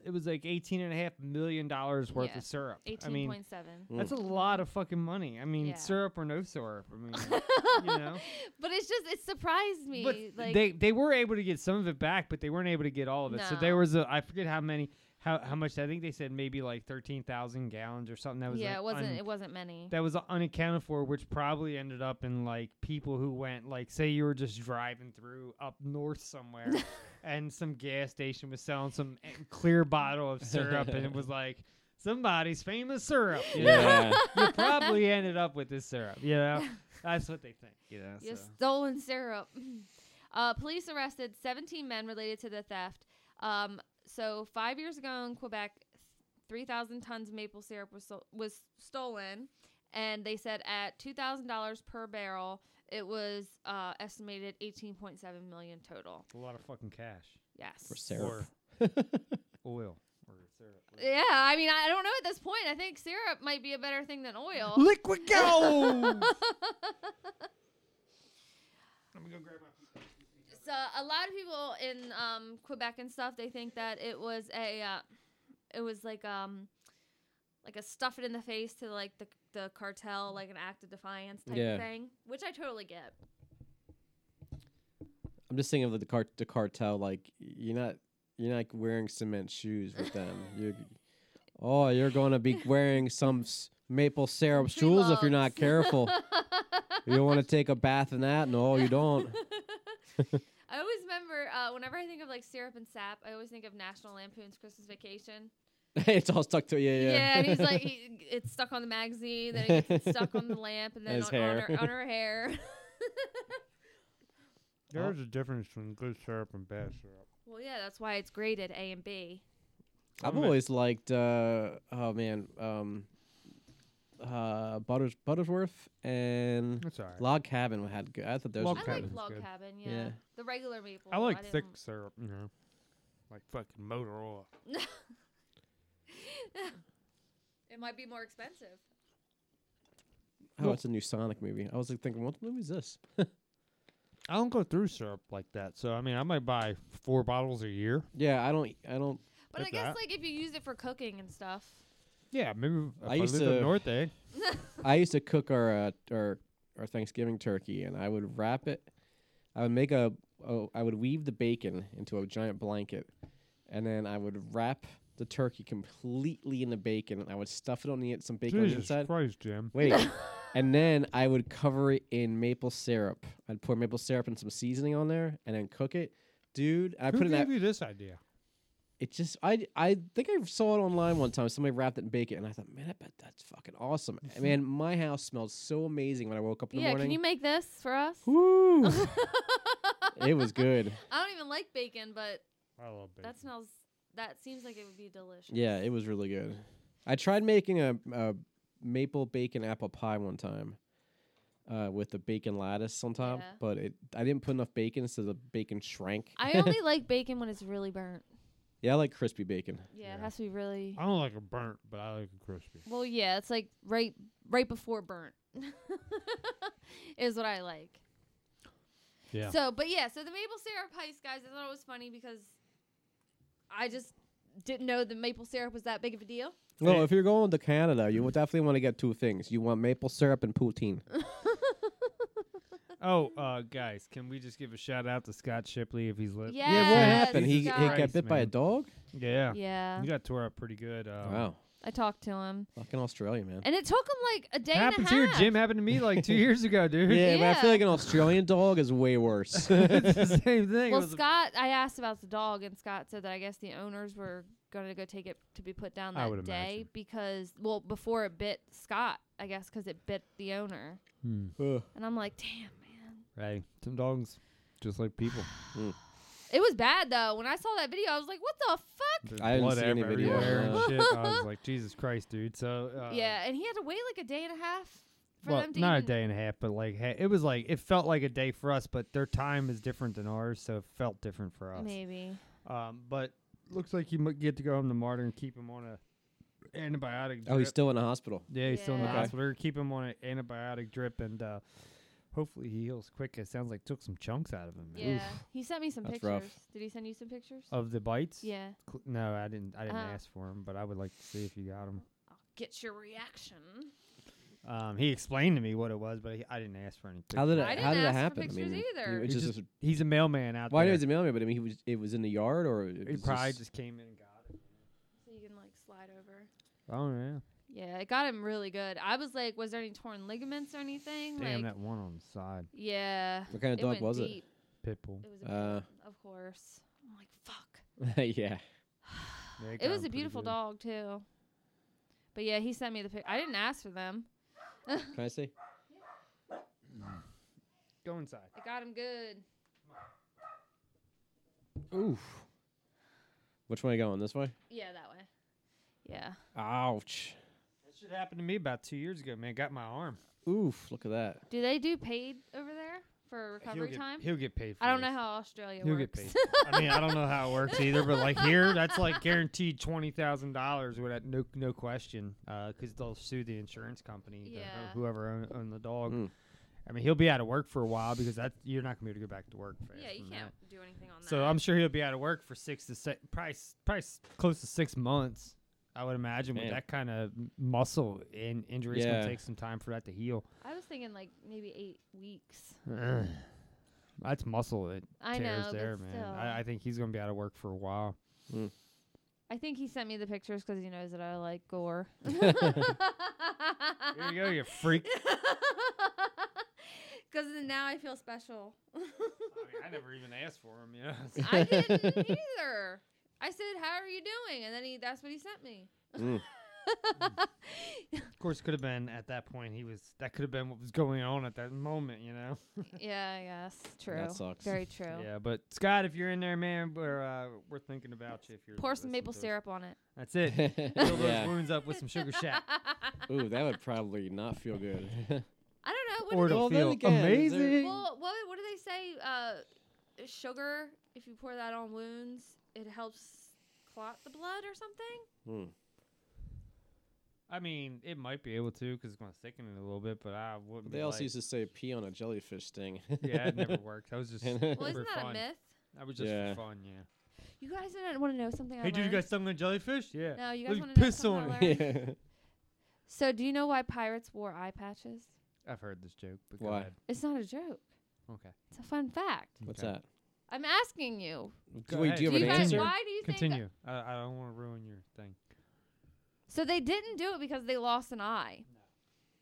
it was like 18 and a half million dollars worth Yeah. of syrup. I mean, 18.7. That's a lot of fucking money. I mean, Yeah. syrup or no syrup. I mean, you know. but it's just it surprised me like they they were able to get some of it back, but they weren't able to get all of it. So there No. was a I forget how many how how much I think they said maybe like thirteen thousand gallons or something. That was yeah like it wasn't un- it wasn't many that was unaccounted for, which probably ended up in like people who went like say you were just driving through up north somewhere, and some gas station was selling some eh, clear bottle of syrup, and it was like. Somebody's famous syrup. You know? Yeah. you probably ended up with this syrup. You know, that's what they think. You know, You're so. stolen syrup. Uh, police arrested 17 men related to the theft. Um, so five years ago in Quebec, 3,000 tons of maple syrup was sol- was stolen, and they said at $2,000 per barrel, it was uh, estimated 18.7 million total. a lot of fucking cash. Yes. For syrup. Or oil. Or syrup. Yeah, I mean, I I don't know at this point. I think syrup might be a better thing than oil. Liquid gold! So a lot of people in um, Quebec and stuff, they think that it was a, uh, it was like um, like a stuff it in the face to like the the cartel, like an act of defiance type Yeah. of thing, which I totally get. I'm just thinking of the cart the cartel. Like you're not you're not wearing cement shoes with them. You're oh you're gonna be wearing some s- maple syrup shoes if you're not careful. you don't want to take a bath in that. No, you don't. I always remember uh, whenever I think of like syrup and sap, I always think of National Lampoon's Christmas Vacation. it's all stuck to you. Yeah. Yeah, and he's like, he, it's stuck on the magazine, then it gets stuck on the lamp, and then His on, on hair. her on her hair. There's Oh. a difference between good syrup and bad Mm. syrup. well, yeah, that's why it's graded A and B. I've always liked uh oh man, um uh Butters Buttersworth and That's all right. Log Cabin had good I thought those Log were I like good. log cabin, yeah. Yeah. The regular maple. I like didn't- thick syrup, you know. Like fucking Motorola. It might be more expensive. Oh, it's a new Sonic movie. I was like thinking, what movie is this? I don't go through syrup like that, so I mean, I might buy four bottles a year. Yeah, I don't. I don't. But I guess like if you use it for cooking and stuff. yeah, maybe if I I, used lived to- up north, eh? I used to cook our uh, our our Thanksgiving turkey, and I would wrap it. I would make a, a I would weave the bacon into a giant blanket, and then I would wrap the turkey completely in the bacon, and I would stuff it on the in- some bacon on the Jesus inside. Christ, Jim! Wait, and then I would cover it in maple syrup. I'd pour maple syrup and some seasoning on there, and then cook it. Dude, I Who put it in gave that. you this idea? It just I I think I saw it online one time. Somebody wrapped it in bacon, and I thought, man, I bet that's fucking awesome. man, my house smelled so amazing when I woke up in the Yeah, morning. can you make this for us? Woo! it was good. I don't even like bacon, but I love bacon. that smells. That seems like it would be delicious. Yeah, it was really good. I tried making a, a maple bacon apple pie one time. Uh, with the bacon lattice on top, Yeah. but it I didn't put enough bacon, so the bacon shrank. I only like bacon when it's really burnt. yeah, I like crispy bacon. Yeah, it has to be really. I don't like it burnt, but I like it crispy. Well, yeah, it's like right right before burnt is what I like. Yeah. So, but yeah, so the maple syrup heist, guys, I thought it was funny because I just didn't know the maple syrup was that big of a deal. No, if you're going to Canada, you would definitely want to get two things. You want maple syrup and poutine. Oh, uh, guys, can we just give a shout out to Scott Shipley if he's listening? Yeah, what Yes, happened? He- he got Christ, bit by a man. dog? Yeah. Yeah. He got tore up pretty good. Um, Wow. I talked to him, Fucking Australia, man. and it took him like a day Happened and a to your half. Jim. Happened to me like two years ago, dude. Yeah, but I feel like an Australian dog is way worse. Oh, the same thing. Well, Scott, I asked about the dog, and Scott said that I guess the owners were going to go take it to be put down I that would day because, well, before it bit Scott, I guess, because it bit the owner. And I'm like, damn. Hmm. Right. Some dogs, just like people. It was bad, though. When I saw that video, I was like, what the fuck? There's I didn't blood see any everywhere video, and no. shit. I was like, Jesus Christ, dude. So uh, yeah, and he had to wait like a day and a half for well, them to not a even- day and a half, but like ha- it was like it felt like a day for us, but their time is different than ours, so it felt different for us. Maybe. Um, but looks like you might get to go home tomorrow and keep him on a antibiotic. Oh, he's drip. still in the hospital. Yeah, he's still in the Okay. hospital. We're gonna keep him on an antibiotic drip, and uh, hopefully he heals quick. It sounds like took some chunks out of him. man. Yeah. He sent me some That's pictures. rough. Did he send you some pictures? Of the bites? Yeah. Cl- No, I didn't. I didn't Oh. ask for him, but I would like to see if you got him. Get your reaction. Um, he explained to me what it was, but he, I didn't ask for any. Pictures. How did it? I didn't how did it ask for happen? pictures either. it He just, just- he's a mailman out Why there. he's a mailman? But I mean, he was. It was in the yard, or it He was probably just- just came in and got. So you can like slide over. Oh yeah. Yeah, it got him really good. I was like, was there any torn ligaments or anything? like, Damn that one on the side. Yeah. What kind of it dog went was it? deep, Pitbull. It was a Uh, of course. I'm like, fuck. yeah. It, was a beautiful dog too. But yeah, he sent me the pic. I didn't ask for them. I Can I see? Go inside. got him good. Oof. Which way are you going? This way? Yeah, that way. Yeah. Ouch. That shit happened to me about two years ago, man. Got my arm. Oof. Look at that. Do they do paid over there for recovery get- time? he'll get paid I for don't know this. how Australia He'll get works. paid. I mean, I don't know how it works either, but like here, that's like guaranteed twenty thousand dollars without no no question, because they'll sue the insurance company, the- Yeah. whoever own, owned the dog. I mean, he'll be out of work for a while because that you're not gonna be able to go back to work. Fast Yeah, you from can't that. do anything on that. So I'm sure he'll be out of work for six to se- probably s- probably s- close to six months. I would imagine Man. with that kind of muscle in injury, it's Yeah. gonna take some time for that to heal. I was thinking like maybe eight weeks. Ugh. That's muscle that I tears know, but there, still. man. I, I think he's gonna be out of work for a while. I think he sent me the pictures because he knows that I like gore. Here you go, you freak. Because now I feel special. I never even asked for him. Yeah, I didn't either. I said, "How are you doing?" And then he—that's what he sent me. of course, could have been at that point. He was that could have been what was going on at that moment. You know. yeah, I guess true. sucks. Very true. Yeah, but Scott, if you're in there, man, we're uh, we're thinking about you. If you're Pour some listening maple to us. syrup on it. That's it. Fill those Yeah. wounds up with some sugar shack. Ooh, that would probably not feel good. I don't know. Or What do it'll they, feel Well, then again, is there- amazing. Well, what, what do they say? Uh, sugar. If you pour that on Hmm. wounds, it helps clot the blood or something. I mean, it might be able to because it's going to thicken it a little bit, but I wouldn't. They be also like- used to say pee on a jellyfish sting. Yeah, it never worked. That was just Well, isn't for that fun. a myth? That was just Yeah. for fun, yeah. You guys didn't want to know something. I Hey, dude, you learned? got stung on jellyfish? Yeah. No, you Let guys me wanna know piss something on I it. learned? So, do you know why pirates wore eye patches? I've heard this joke, but go Why? ahead. It's not a joke. Okay. It's a fun fact. What's Okay. that? I'm asking you. Go Wait, ahead. do you have an guys- answer? why do you think- Continue. I, I don't want to ruin your thing. So they didn't do it because they lost an eye.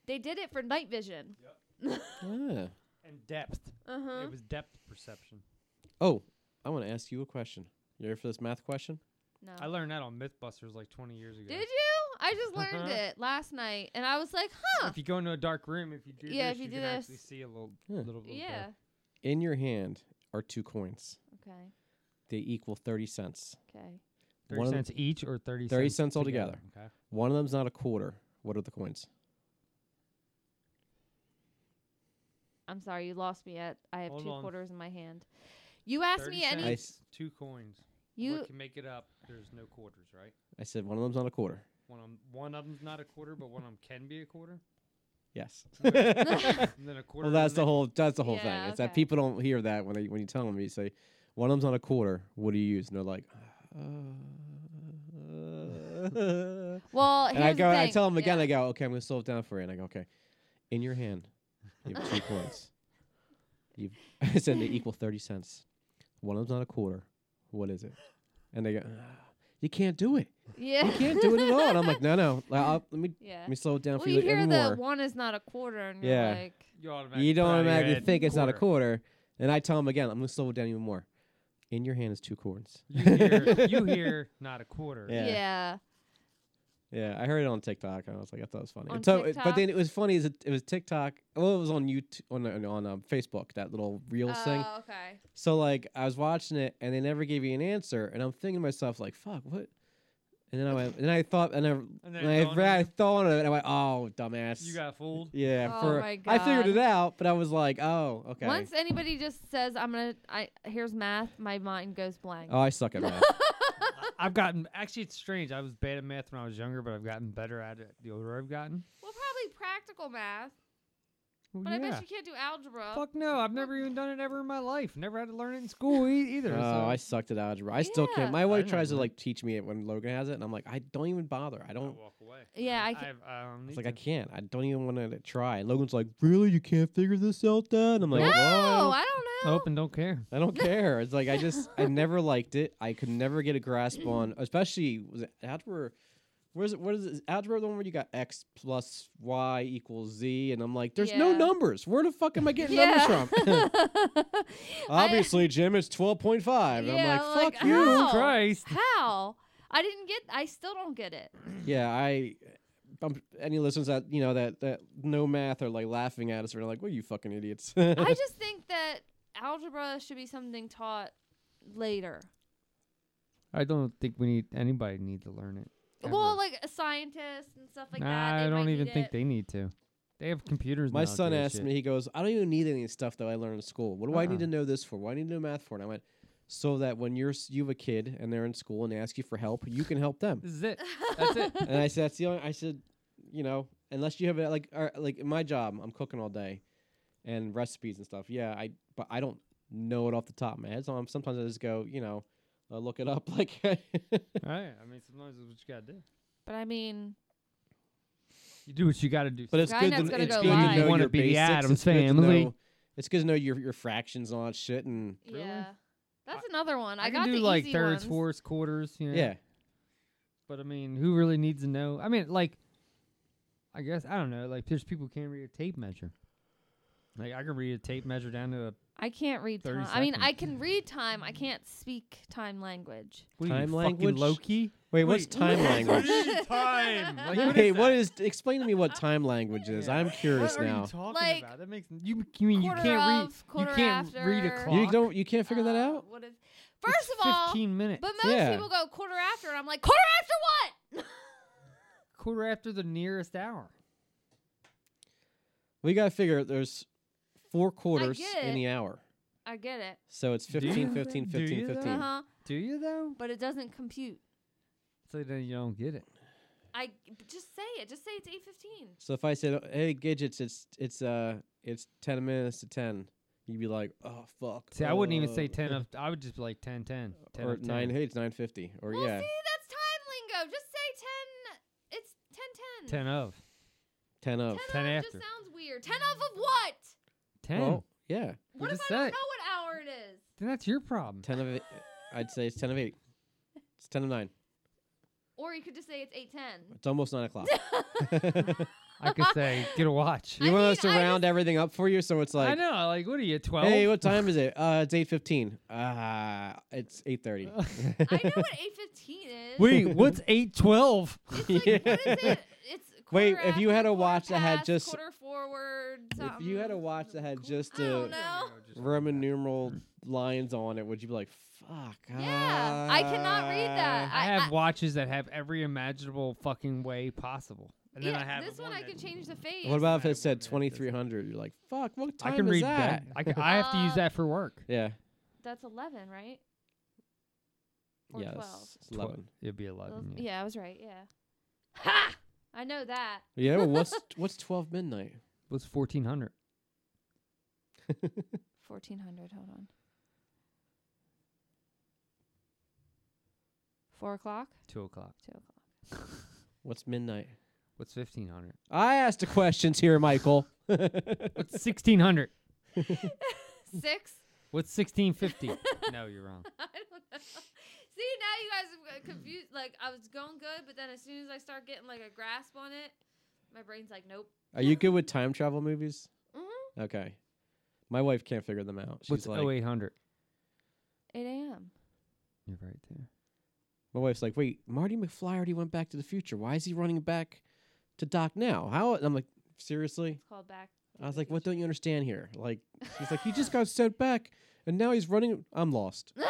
They did it for night vision. Ah. And depth. Uh-huh. It was depth perception. Oh, I want to ask you a question. You ready for this math question? No. I learned that on MythBusters like 20 years ago. Uh-huh. Did you? I just learned Uh-huh. it last night, and I was like, huh. If you go into a dark room, if you do Yeah, this, if you do can actually this. see a little, Yeah. little, little yeah. In your hand are two coins. Okay. They equal 30 cents. Okay. 30 of cents each or 30 30 cents cents together? altogether. Okay. One of them's not a quarter. What are the coins? I'm sorry, you lost me at. I have Hold two on. quarters in my hand. You asked 30 me any. cents, two coins. You- what can make it up. There's no quarters, right? I said one of them's not a quarter. One of 'em- one of them's not a quarter, but one of them can be a quarter. Yes. And then a well, quarter that's in the it. whole that's the whole Yeah, thing. It's that okay. people don't hear that when they when you tell them you say one of them's not a quarter. What do you use? And they're like, uh, Well, and I here's the go, I thing, tell them again. yeah. I go, okay, I'm gonna slow it down for you. And I go, okay, in your hand, you have two coins. You, I said they equal thirty cents. One of them's not a quarter. What is it? And they go, "Ah, you can't do it. Yeah. You can't do it at all. And I'm like, no, no. Like, I'll, let me Yeah. let me slow it down well, for you. you hear even that more." one is not a quarter, and Yeah. you're like, You automatically You don't put it in your automatically head, think it's not a quarter. And I tell him again, I'm gonna slow it down even more. In your hand is two corns. You hear, you hear not a quarter. Yeah. yeah. yeah, I heard it on TikTok, and I was like, I thought it was funny. On so, it- but then TikTok? it was funny. Is it, it was TikTok? Well, it was on YouTube on on, on um, Facebook that little reels thing. Oh, okay. So like, I was watching it, and they never gave you an answer, and I'm thinking to myself like, fuck, what? And then I went, and then I thought, and I, and then it I, dawned on ra- I you? thought of it, and I went, oh, dumbass. You got fooled. yeah, Oh for my I figured God. it out, but I was like, oh, okay. Once anybody just says, I'm going to, I here's math, my mind goes blank. oh, I suck at math. I've gotten actually it's strange. I was bad at math when I was younger, but I've gotten better at it the older I've gotten. well, probably practical math, Well, but I Oh, yeah. bet you can't do algebra. Fuck no! I've never even done it ever in my life. Never had to learn it in school e- either. Oh, I so sucked at algebra. I still Yeah. can't. My I wife know, tries to right? like teach me it when Logan has it, and I'm like, I don't even bother. I don't. walk away. Yeah, I I, ca- I've- I don't It's need like to. I can't. I don't even want to try. And Logan's like, really? You can't figure this out, Dad? I'm like, no, "Well, I I don't know. hope Oh, and don't care. I don't care. It's like I just I never liked it. I could never get a grasp on, especially was it algebra. Where's it? What is it? Algebra the one where you got x plus y equals z, and I'm like, there's no Yeah. numbers. Where the fuck am I getting yeah. numbers from? Obviously, Jim, it's twelve point five. yeah, "Ah." I'm like, fuck you. how? Christ. How? I didn't get, I still don't get it. Yeah, I. Um, any listeners that you know that that know math are like laughing at us or like, "Well, you fucking idiots." I just think that algebra should be something taught later. I don't think we need anybody need to learn it. Well, ever. like a scientist and stuff like nah, that. they I might don't need even think it. they need to. They have computers. My now to son do asked shit. me. He goes, "I don't even need any of the stuff that I learned in school. What do I need Uh-uh. to know this for? What do I need to know math for?" And I went, "So that when you're s- you have a kid and they're in school and they ask you for help, you can help them." This is it. That's it. and I said, "That's the only." I said, "You know, unless you have a, like uh, like in my job, I'm cooking all day, and recipes and stuff. Yeah, I but I don't know it off the top of my head. So I'm, sometimes I just go, you know, uh, look it up. Like, Right. I mean, sometimes it's what you gotta do. But I mean, You do what you gotta do. but it's Guy good. next To, gonna it's go good live. to know Wanna your be the basics. Addams it's good to family. know- it's good to know your your fractions and all that shit and yeah. That's another one. I, can got do the like easy thirds, ones. fourths, quarters. You know? yeah. But I mean, who really needs to know? I mean, like, I guess I don't know. Like, there's people who can't read a tape measure. Like, I can read a tape measure down to a I can't read 30 time. I mean, seconds. I can read time. I can't speak time language. what are Time you, language? Fucking Loki. Wait, what's time What language? is time? Like, what hey, is what that? is? Explain to me what time language is. I'm curious What are now. you talking Like, about? That makes you. You mean you quarter can't of, read? You quarter can't read a after. clock. You don't. You can't figure that Uh, out. What is? First of all, 15 minutes. but most Yeah. people go quarter after, and I'm like, quarter after what? quarter after the nearest hour. We gotta figure. There's four quarters get in it. the hour, I get it. so it's you 15, though? 15, Do 15, you though? Uh-huh. 15. Uh huh. Do you though? But it doesn't compute. So then you don't get it. I just say it. Just say it's eight fifteen. So if I said, "Hey, Gidgets, it's it's uh it's ten minutes to 10, you'd be like, "Oh fuck." See, I wouldn't even uh, say ten of. I would just be like 10, 10, 10 or of 10. nine. Hey, it's nine fifty. Or Well, yeah, see, that's time lingo. Just say ten. It's ten ten. ten of, ten of, ten Just after, sounds weird. Ten of of what? ten. Well, yeah. What if just I don't said it. know what hour it is? Then that's your problem. Ten of eight. I'd say it's ten of eight. It's ten of nine. Or you could just say it's eight ten. It's almost nine o'clock. I could say, get a watch. You want us to round everything up for you, so it's like I know. Like, what are you twelve? Hey, what time is it? Uh, it's eight fifteen. Ah, it's eight thirty. I know what eight fifteen is. Wait, what's eight twelve? It's Wait, quarter if you had after, a watch that had past, just quarter forward. if you had a watch that had just I don't a know. Roman numeral lines on it, would you be like, "Fuck"? uh, Yeah, I cannot read that. I I- have I- watches that have every imaginable fucking way possible, and then yeah, I have. this one I could change the face. What about if it said twenty three hundred? You're like, "Fuck, what time I can is read that?" I, c- I have to use Uh, that for work. yeah. That's eleven, right? Or Yeah, twelve. it's, it's eleven. It'd be Well, eleven. yeah. I was right. Yeah. Ha! I know that. Yeah, but what's what's twelve midnight? What's fourteen hundred? Fourteen hundred. Hold on. Four o'clock. Two o'clock. Two o'clock. What's midnight? What's fifteen hundred? I asked the questions here, Michael. What's sixteen hundred? Six. What's sixteen fifty? no, you're wrong. I don't know. See, now you guys are confused. Like I was going good, but then as soon as I start getting like a grasp on it, my brain's like, nope. Are you good with time travel movies? Mm-hmm. Okay. My wife can't figure them out. She's What's like, oh eight hundred? Eight a.m. You're right there. my wife's like, wait, Marty McFly already went back to the future. Why is he running back to Doc now? How? And I'm like, seriously? Called back. I was like, what don't you understand here? Like, she's like, he just got sent back, and now he's running. I'm lost.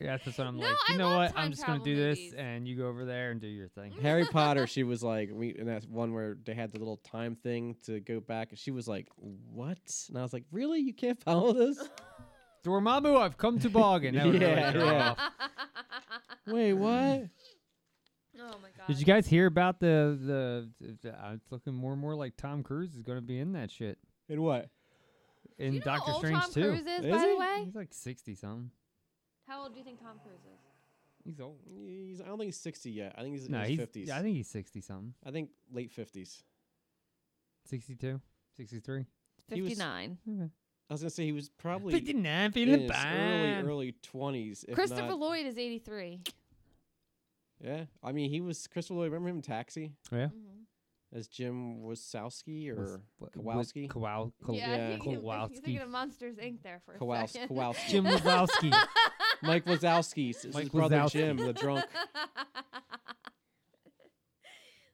Yeah, that's what I'm No, like. You I know love what? time I'm just gonna travel do movies. this, and you go over there and do your thing. Harry Potter, she was like, we, and that's one where they had the little time thing to go back, and she was like, what? And I was like, really? You can't follow this? Dormammu, I've come to bargain. That would really Yeah, throw yeah. off. Wait, what? Oh my god. Did you guys hear about the the? the, the uh, it's looking more and more like Tom Cruise is going to be in that shit. In what? In you know how Doctor old Strange Tom too. Cruise is, by the Is he? way? he's like sixty something. How old do you think Tom Cruise is? He's old. He's, I don't think he's 60 yet. I think he's No, in he's. his 50s. I think he's sixty something. I think late 50s. 62, 63. He was- Fifty-nine. I was gonna say he was probably 59, in feeling his bad. early early twenties. Christopher Lloyd is eighty-three. yeah, I mean he was Christopher Lloyd. Remember him in Taxi Yeah. as Jim Wasowski Was- or what- was Kowalski? Kowal- Kow- yeah, I think you- I think You're Kowalski. thinking of Monsters Inc. There for a Kowals- second. Kowalski. Jim Wazowski. Mike Wazowski, s- his Mike brother Wazowski. Jim, the drunk.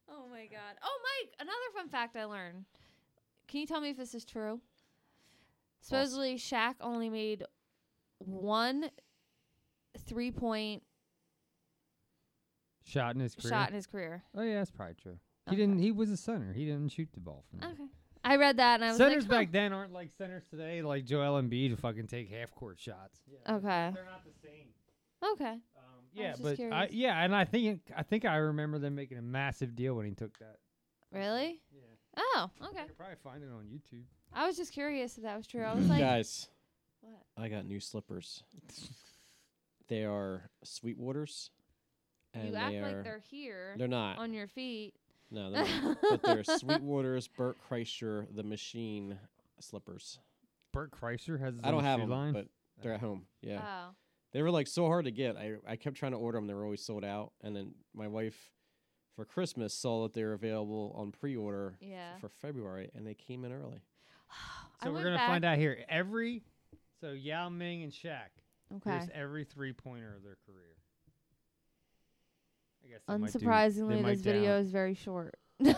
oh my god. Oh Mike, another fun fact I learned. Can you tell me if this is true? Supposedly Shaq only made one three point Shot in his career. shot in his career. Oh yeah, that's probably true. He Okay. didn't. He was a center. He didn't shoot the ball from. there. Okay. I read that and I was Centers like, back then aren't like centers today, like Joel Embiid to fucking take half court shots. huh. Okay. They're not the same. Okay. was Yeah, just but I, curious. yeah, and I think I think I remember them making a massive deal when he took that. Really? Yeah. Oh, I okay. could probably find it on YouTube. I was just curious if that was true. I was like, Guys, What? I got new slippers. they are Sweetwaters, and you they act are like they're here. they're not. on your feet. no, they're not. but they're Sweetwaters, Burt Kreischer, The Machine slippers. Bert Kreischer has. His I don't own have shoe them, line. but they're at home. Yeah. Oh. They were like so hard to get. I I kept trying to order them. They were always sold out. And then my wife, for Christmas, saw that they were available on pre-order f- Yeah. for February, and they came in early. I so we're went gonna find back- out here every. So Yao Ming and Shaq. Okay. Here's every three pointer of their career. I guess. they might do- they Unsurprisingly, might this video down- is very short. Well,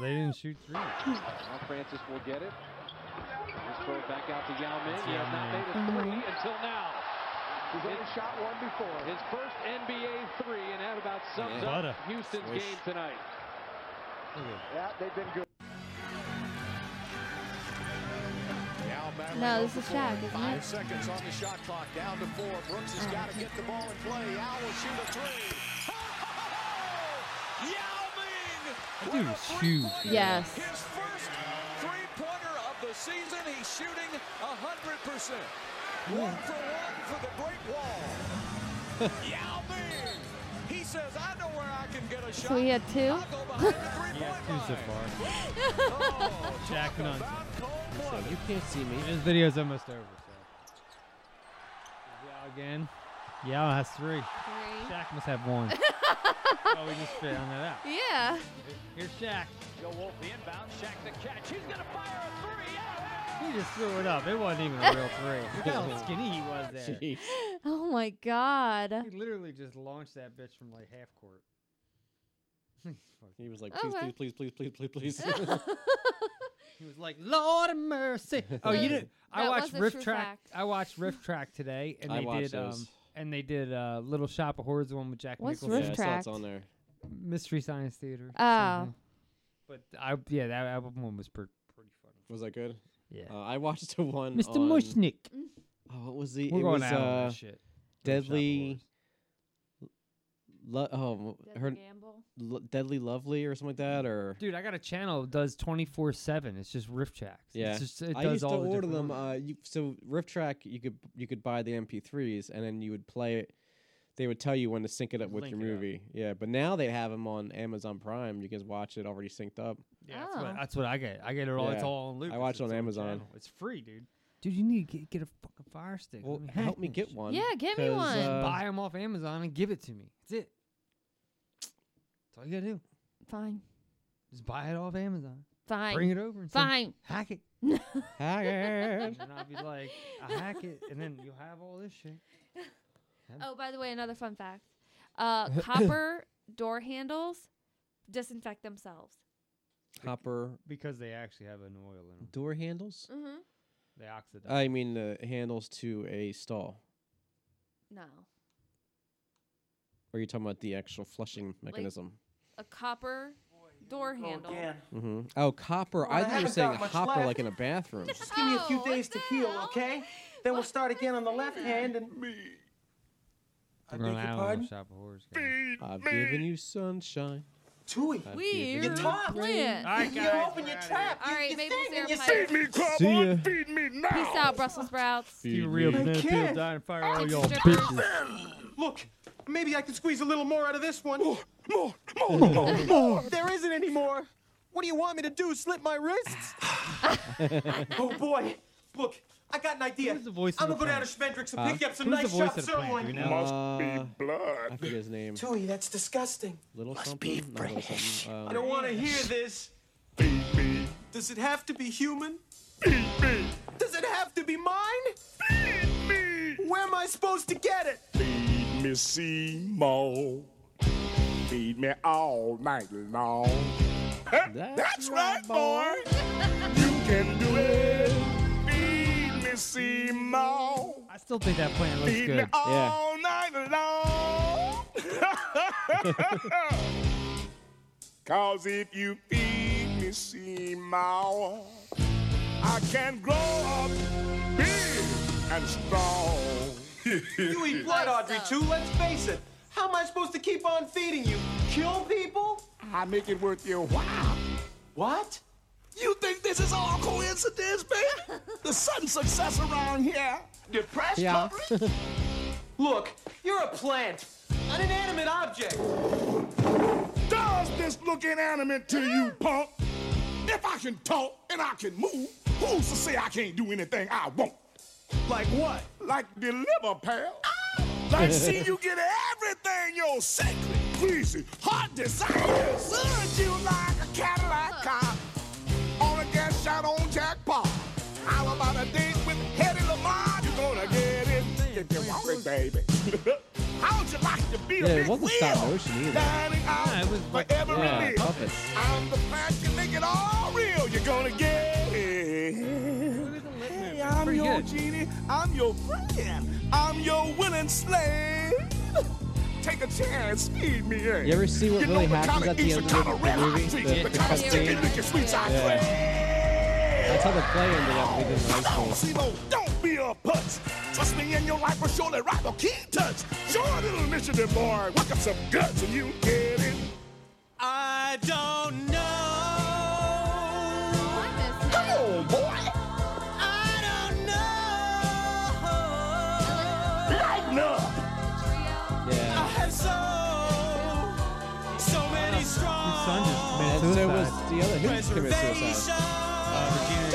they didn't shoot three. Now Francis will get it. Here's throw back out to Yao Ming. It's He Yao has not Ming. made a three until now. He's only shot one before. His first NBA three, and that about sums Yeah. What a up Houston's swish. game tonight. Yeah, they've been good. No, this is Shaq, isn't Five it? seconds on the shot clock, down to four. Brooks has got to get the ball in play. Al will shoot a three. Yao That dude is huge. man. Yes. Three-pointer of the season. He's shooting 100%. One for one for the Great Wall. Yao Ming. He says, I know where I can get a shot. So he had two. Yeah, two so far. Jacking on. So you can't see me. This video's almost over. So. Yeah, again. Yeah, has three. Three. Shaq must have one. oh, we just found that out. yeah. Here's Shaq. Joe Wolf the inbound. Shaq the catch. He's going to fire a three. He just threw it up. It wasn't even a real three. Look how skinny he was there. Oh my God. He literally just launched that bitch from like half court. He was like, Okay. please, please, please, please, please, please, Oh. He was like, Lord of mercy. Oh, you did. I That watched was a Riff true Track. fact. I watched Riff Track today, and I they watched did. Um, those. and they did uh, Little Shop of Horrors, the one with Jack What's Nicholson. Riff Yeah, I saw it's Track? on there. Mystery Science Theater. or Oh. something. But I yeah, that album one was pretty. Was that good? Yeah. Uh, I watched the one. Mr. on- Mushnick. Oh, what was the? We're it going was, out on uh, this shit. Deadly. Lo- oh, Deadly her Gamble? Lo- Deadly Lovely or something like that, or Dude, I got a channel that does twenty four seven. It's just riff tracks. yeah. It's just, it I does used all to the order them. different ones. Uh, you, so Rift Track, you could you could buy the MP3s, and then you would play it. They would tell you when to sync it up with your Link it up. movie. Yeah, but now they have them on Amazon Prime. You can watch it already synced up. Yeah, that's, what, that's what I get. I get it all. It's Yeah. all on loop. I 'cause watch it's it on the Amazon. channel. It's free, dude. Dude, you need to get, get a fucking fire stick. Well, Let help hack me this get shit. one. Yeah, get me 'cause, one. Just uh, buy them off Amazon and give it to me. That's it. That's all you gotta do. Fine. Just buy it off Amazon. Fine. Bring it over and say, Fine. hack it. hack And it. then I'll be like, I hack it, and then you'll have all this shit. Oh, by the way, another fun fact. Uh, copper door handles disinfect themselves. Copper Because they actually have an oil in them. door handles. Mm-hmm. They oxidize. I mean the handles to a stall. No. Or are you talking about the actual flushing mechanism? A copper door handle. hmm Oh, copper. I I thought you were haven't saying got a much hopper left. like in a bathroom. Just give me a Oh, few days to heal, okay? Then we'll start again on the left hand and me. I beg your pardon? Shop of Horrors. I've given you sunshine. Tui. I've We're given you- plant. All right, guys. open your trap. All right, maybe Sarah you Pike. sing. See ya. Feed me now. Peace out, Brussels sprouts. Keep it real, me. banana I peel, can't. die and fire all y'all Strippers. bitches. Look, maybe I can squeeze a little more out of this one. More, more, more, more. There isn't any more. What do you want me to do? Slip my wrists? oh boy! Look, I got an idea. Who's the voice of I'm the gonna go down to plant? Schmendrick's and Huh? pick up some Who's the nice voice shop of the plant? sirloin. Do we know? Must Uh, I forget his name. Tui, that's disgusting. Little something. not little something, I um, don't want to hear this. Does it have to be human? Does it have to be mine? Where am I supposed to get it? Feed me Seymour. Feed me all night long. That's, right, boy. you can do it. Feed me Seymour. I still think that plant looks Feed me Oh, good. all night long. Cause if you feed me Seymour, I can grow up big and strong. You eat blood, Audrey, too, let's face it. How am I supposed to keep on feeding you? Kill people? I make it worth your while. What? You think this is all coincidence, baby? The sudden success around here. Depressed Yeah. coverage? Look, you're a plant, an inanimate object. Does this look inanimate to you, punk? If I can talk and I can move, who's to say I can't do anything I want? Like what? Like deliver, pal. Like see you get everything your sacred, pleasing, heart desires. Serves you like a Cadillac car on a gas shot on jackpot. How about a date with Hedy Lamar? You're gonna get it if you want it, baby. How'd you like to be Yeah, a big it wasn't stop wheel? motion either. Dining out Yeah, it was like- for every Yeah, meal. puppets. I'm the fact you make it all real. You're gonna get it. Hey, I'm Pretty your good. genie. I'm your friend. I'm your willing slave. Take a chance, feed me in. You ever see what really know happens kinda at the eats end of kinda the- the red hot movie? treat, The- the the kinda cutscene? sticky licking sweets I Yeah. crave. That's how the play ended up. We did in high Don't, school. Simo, don't be a putz. Trust me, in your life will surely rock a keen touch. Show a little initiative, boy. Work up some guts and you get it. I I don't know. Come on, boy. I don't know. Lighten up. Yeah. I have so, so many strong And so was the other who committed suicide.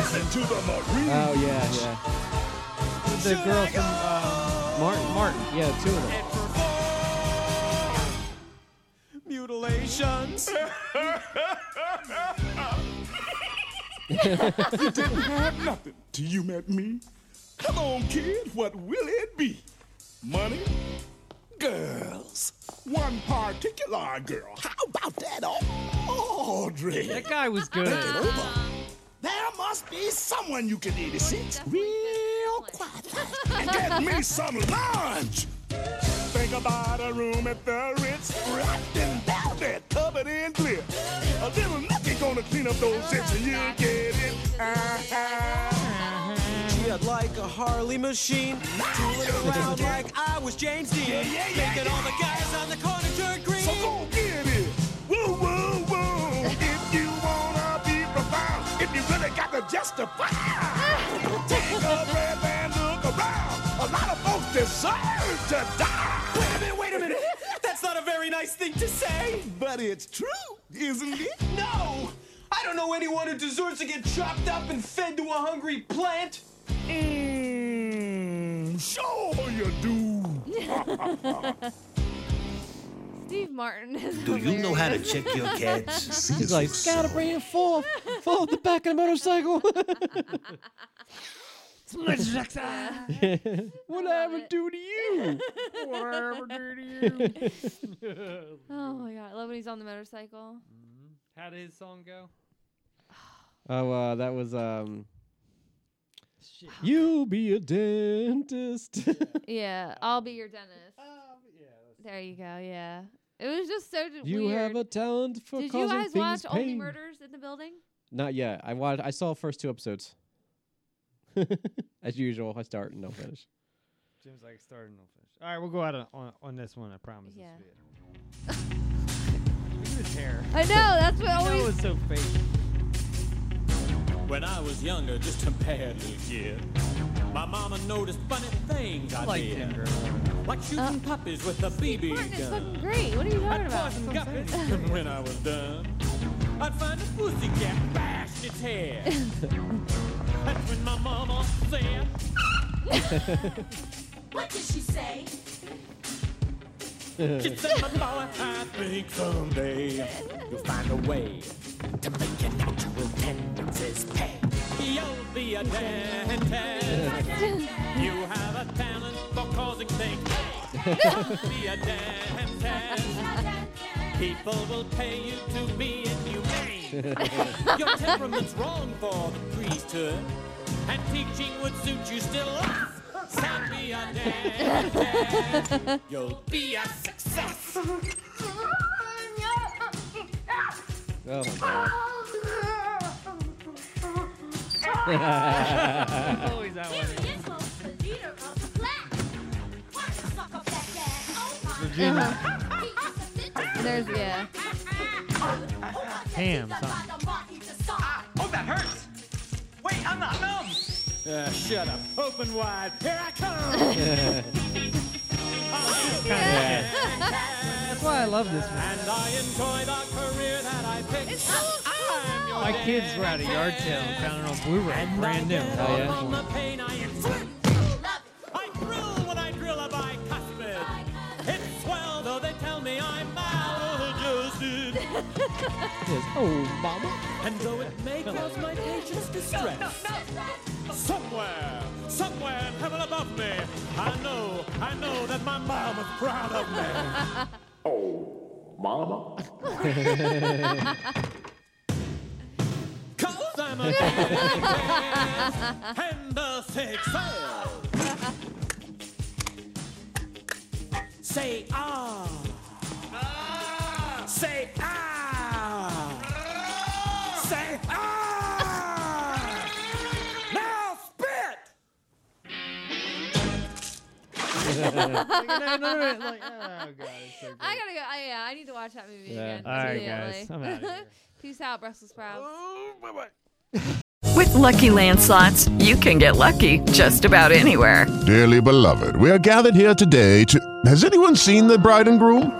Oh yeah, yeah. The girl from uh, Martin. Martin. Yeah, the two of them. mutilations. you didn't have nothing till you met me. Come on, kid, what will it be? Money? Girls. One particular girl. How about that, Audrey? That guy was good. Think it over. There must be someone you can eat a seat real quiet and get me some lunch. Think about a room at the Ritz, wrapped in velvet, covered in glitter. A little nookie gonna clean up those zips and you get it. Treated like a Harley machine, tooling around like I was James Dean, Yeah, yeah, yeah, making all the guys on the corner turn green. So go get it. Woo, woo, woo. If you wanna be profound, if you really got to justify, take a breath and look around. A lot of folks deserve to die. Wait a minute, wait a minute. That's not a very nice thing to say, but it's true, isn't it? No, I don't know anyone who deserves to get chopped up and fed to a hungry plant. Mmm, sure you do. Steve Martin is. Do you know how to check your cats? He's like, gotta bring it full, full of the back of the motorcycle. What I ever do to you? What I ever do to you? Oh my god, I love when he's on the motorcycle. How did his song go? oh, uh, that was um. You be a dentist. Yeah, I'll be your dentist. Um, There you go. Yeah, it was just so d- you weird. have a talent for Did you causing guys things watch pain. Only Murders in the Building? Not yet. I watched. I saw the first two episodes. As usual, I start and don't finish. Jim's like starting no finish. All right, we'll go out on, on, on this one. I promise. Yeah. Look at his hair. I know, that's what I know always- it's so fake. When I was younger, just a barely a kid, my mama noticed funny things I Like did. Like shooting puppies with a BB It's gun. fucking great. What are you talking I'd about? poison guppies and when I was done. I'd find a pussy cat bashed its head. That's when my mama said, What did she say? she said, my boy, I think someday you'll find a way to make your natural tendencies pay. You'll be a dentist. you have a talent for causing things. You'll be a dentist. People will pay you to be inhumane. Your temperament's wrong for the priesthood, and teaching would suit you still less. So be a dentist. You'll be a success. Oh my god. Oh, he's out with There's yeah. Ham. Oh, that hurts. Wait, I'm not numb. Uh, shut up. Open wide. Here I come. That's why I love this one. and I enjoy the career that I picked. I'm your My kids were out of yard sale and found it on Blu-ray, brand new. Oh, yeah? From the pain I inflict. I thrill when I drill a bicuspid. It's swell, though they tell me I'm maladjusted. oh, mama. And though it may cause my patients distress, somewhere, somewhere in heaven above me, I know, I know that my mom is proud of me. Mama. Cause I'm a dentist and a success. Say ah. Say ah. Say ah. Now spit. Like, no, no, no, no, like, oh, God, it's so I gotta go. I, yeah, I need to watch that movie Yeah. again. All right, immediately. guys, I'm outta here. Peace out, Brussels sprouts. With Lucky Land slots, you can get lucky just about anywhere. Dearly beloved, we are gathered here today to. Has anyone seen the bride and groom?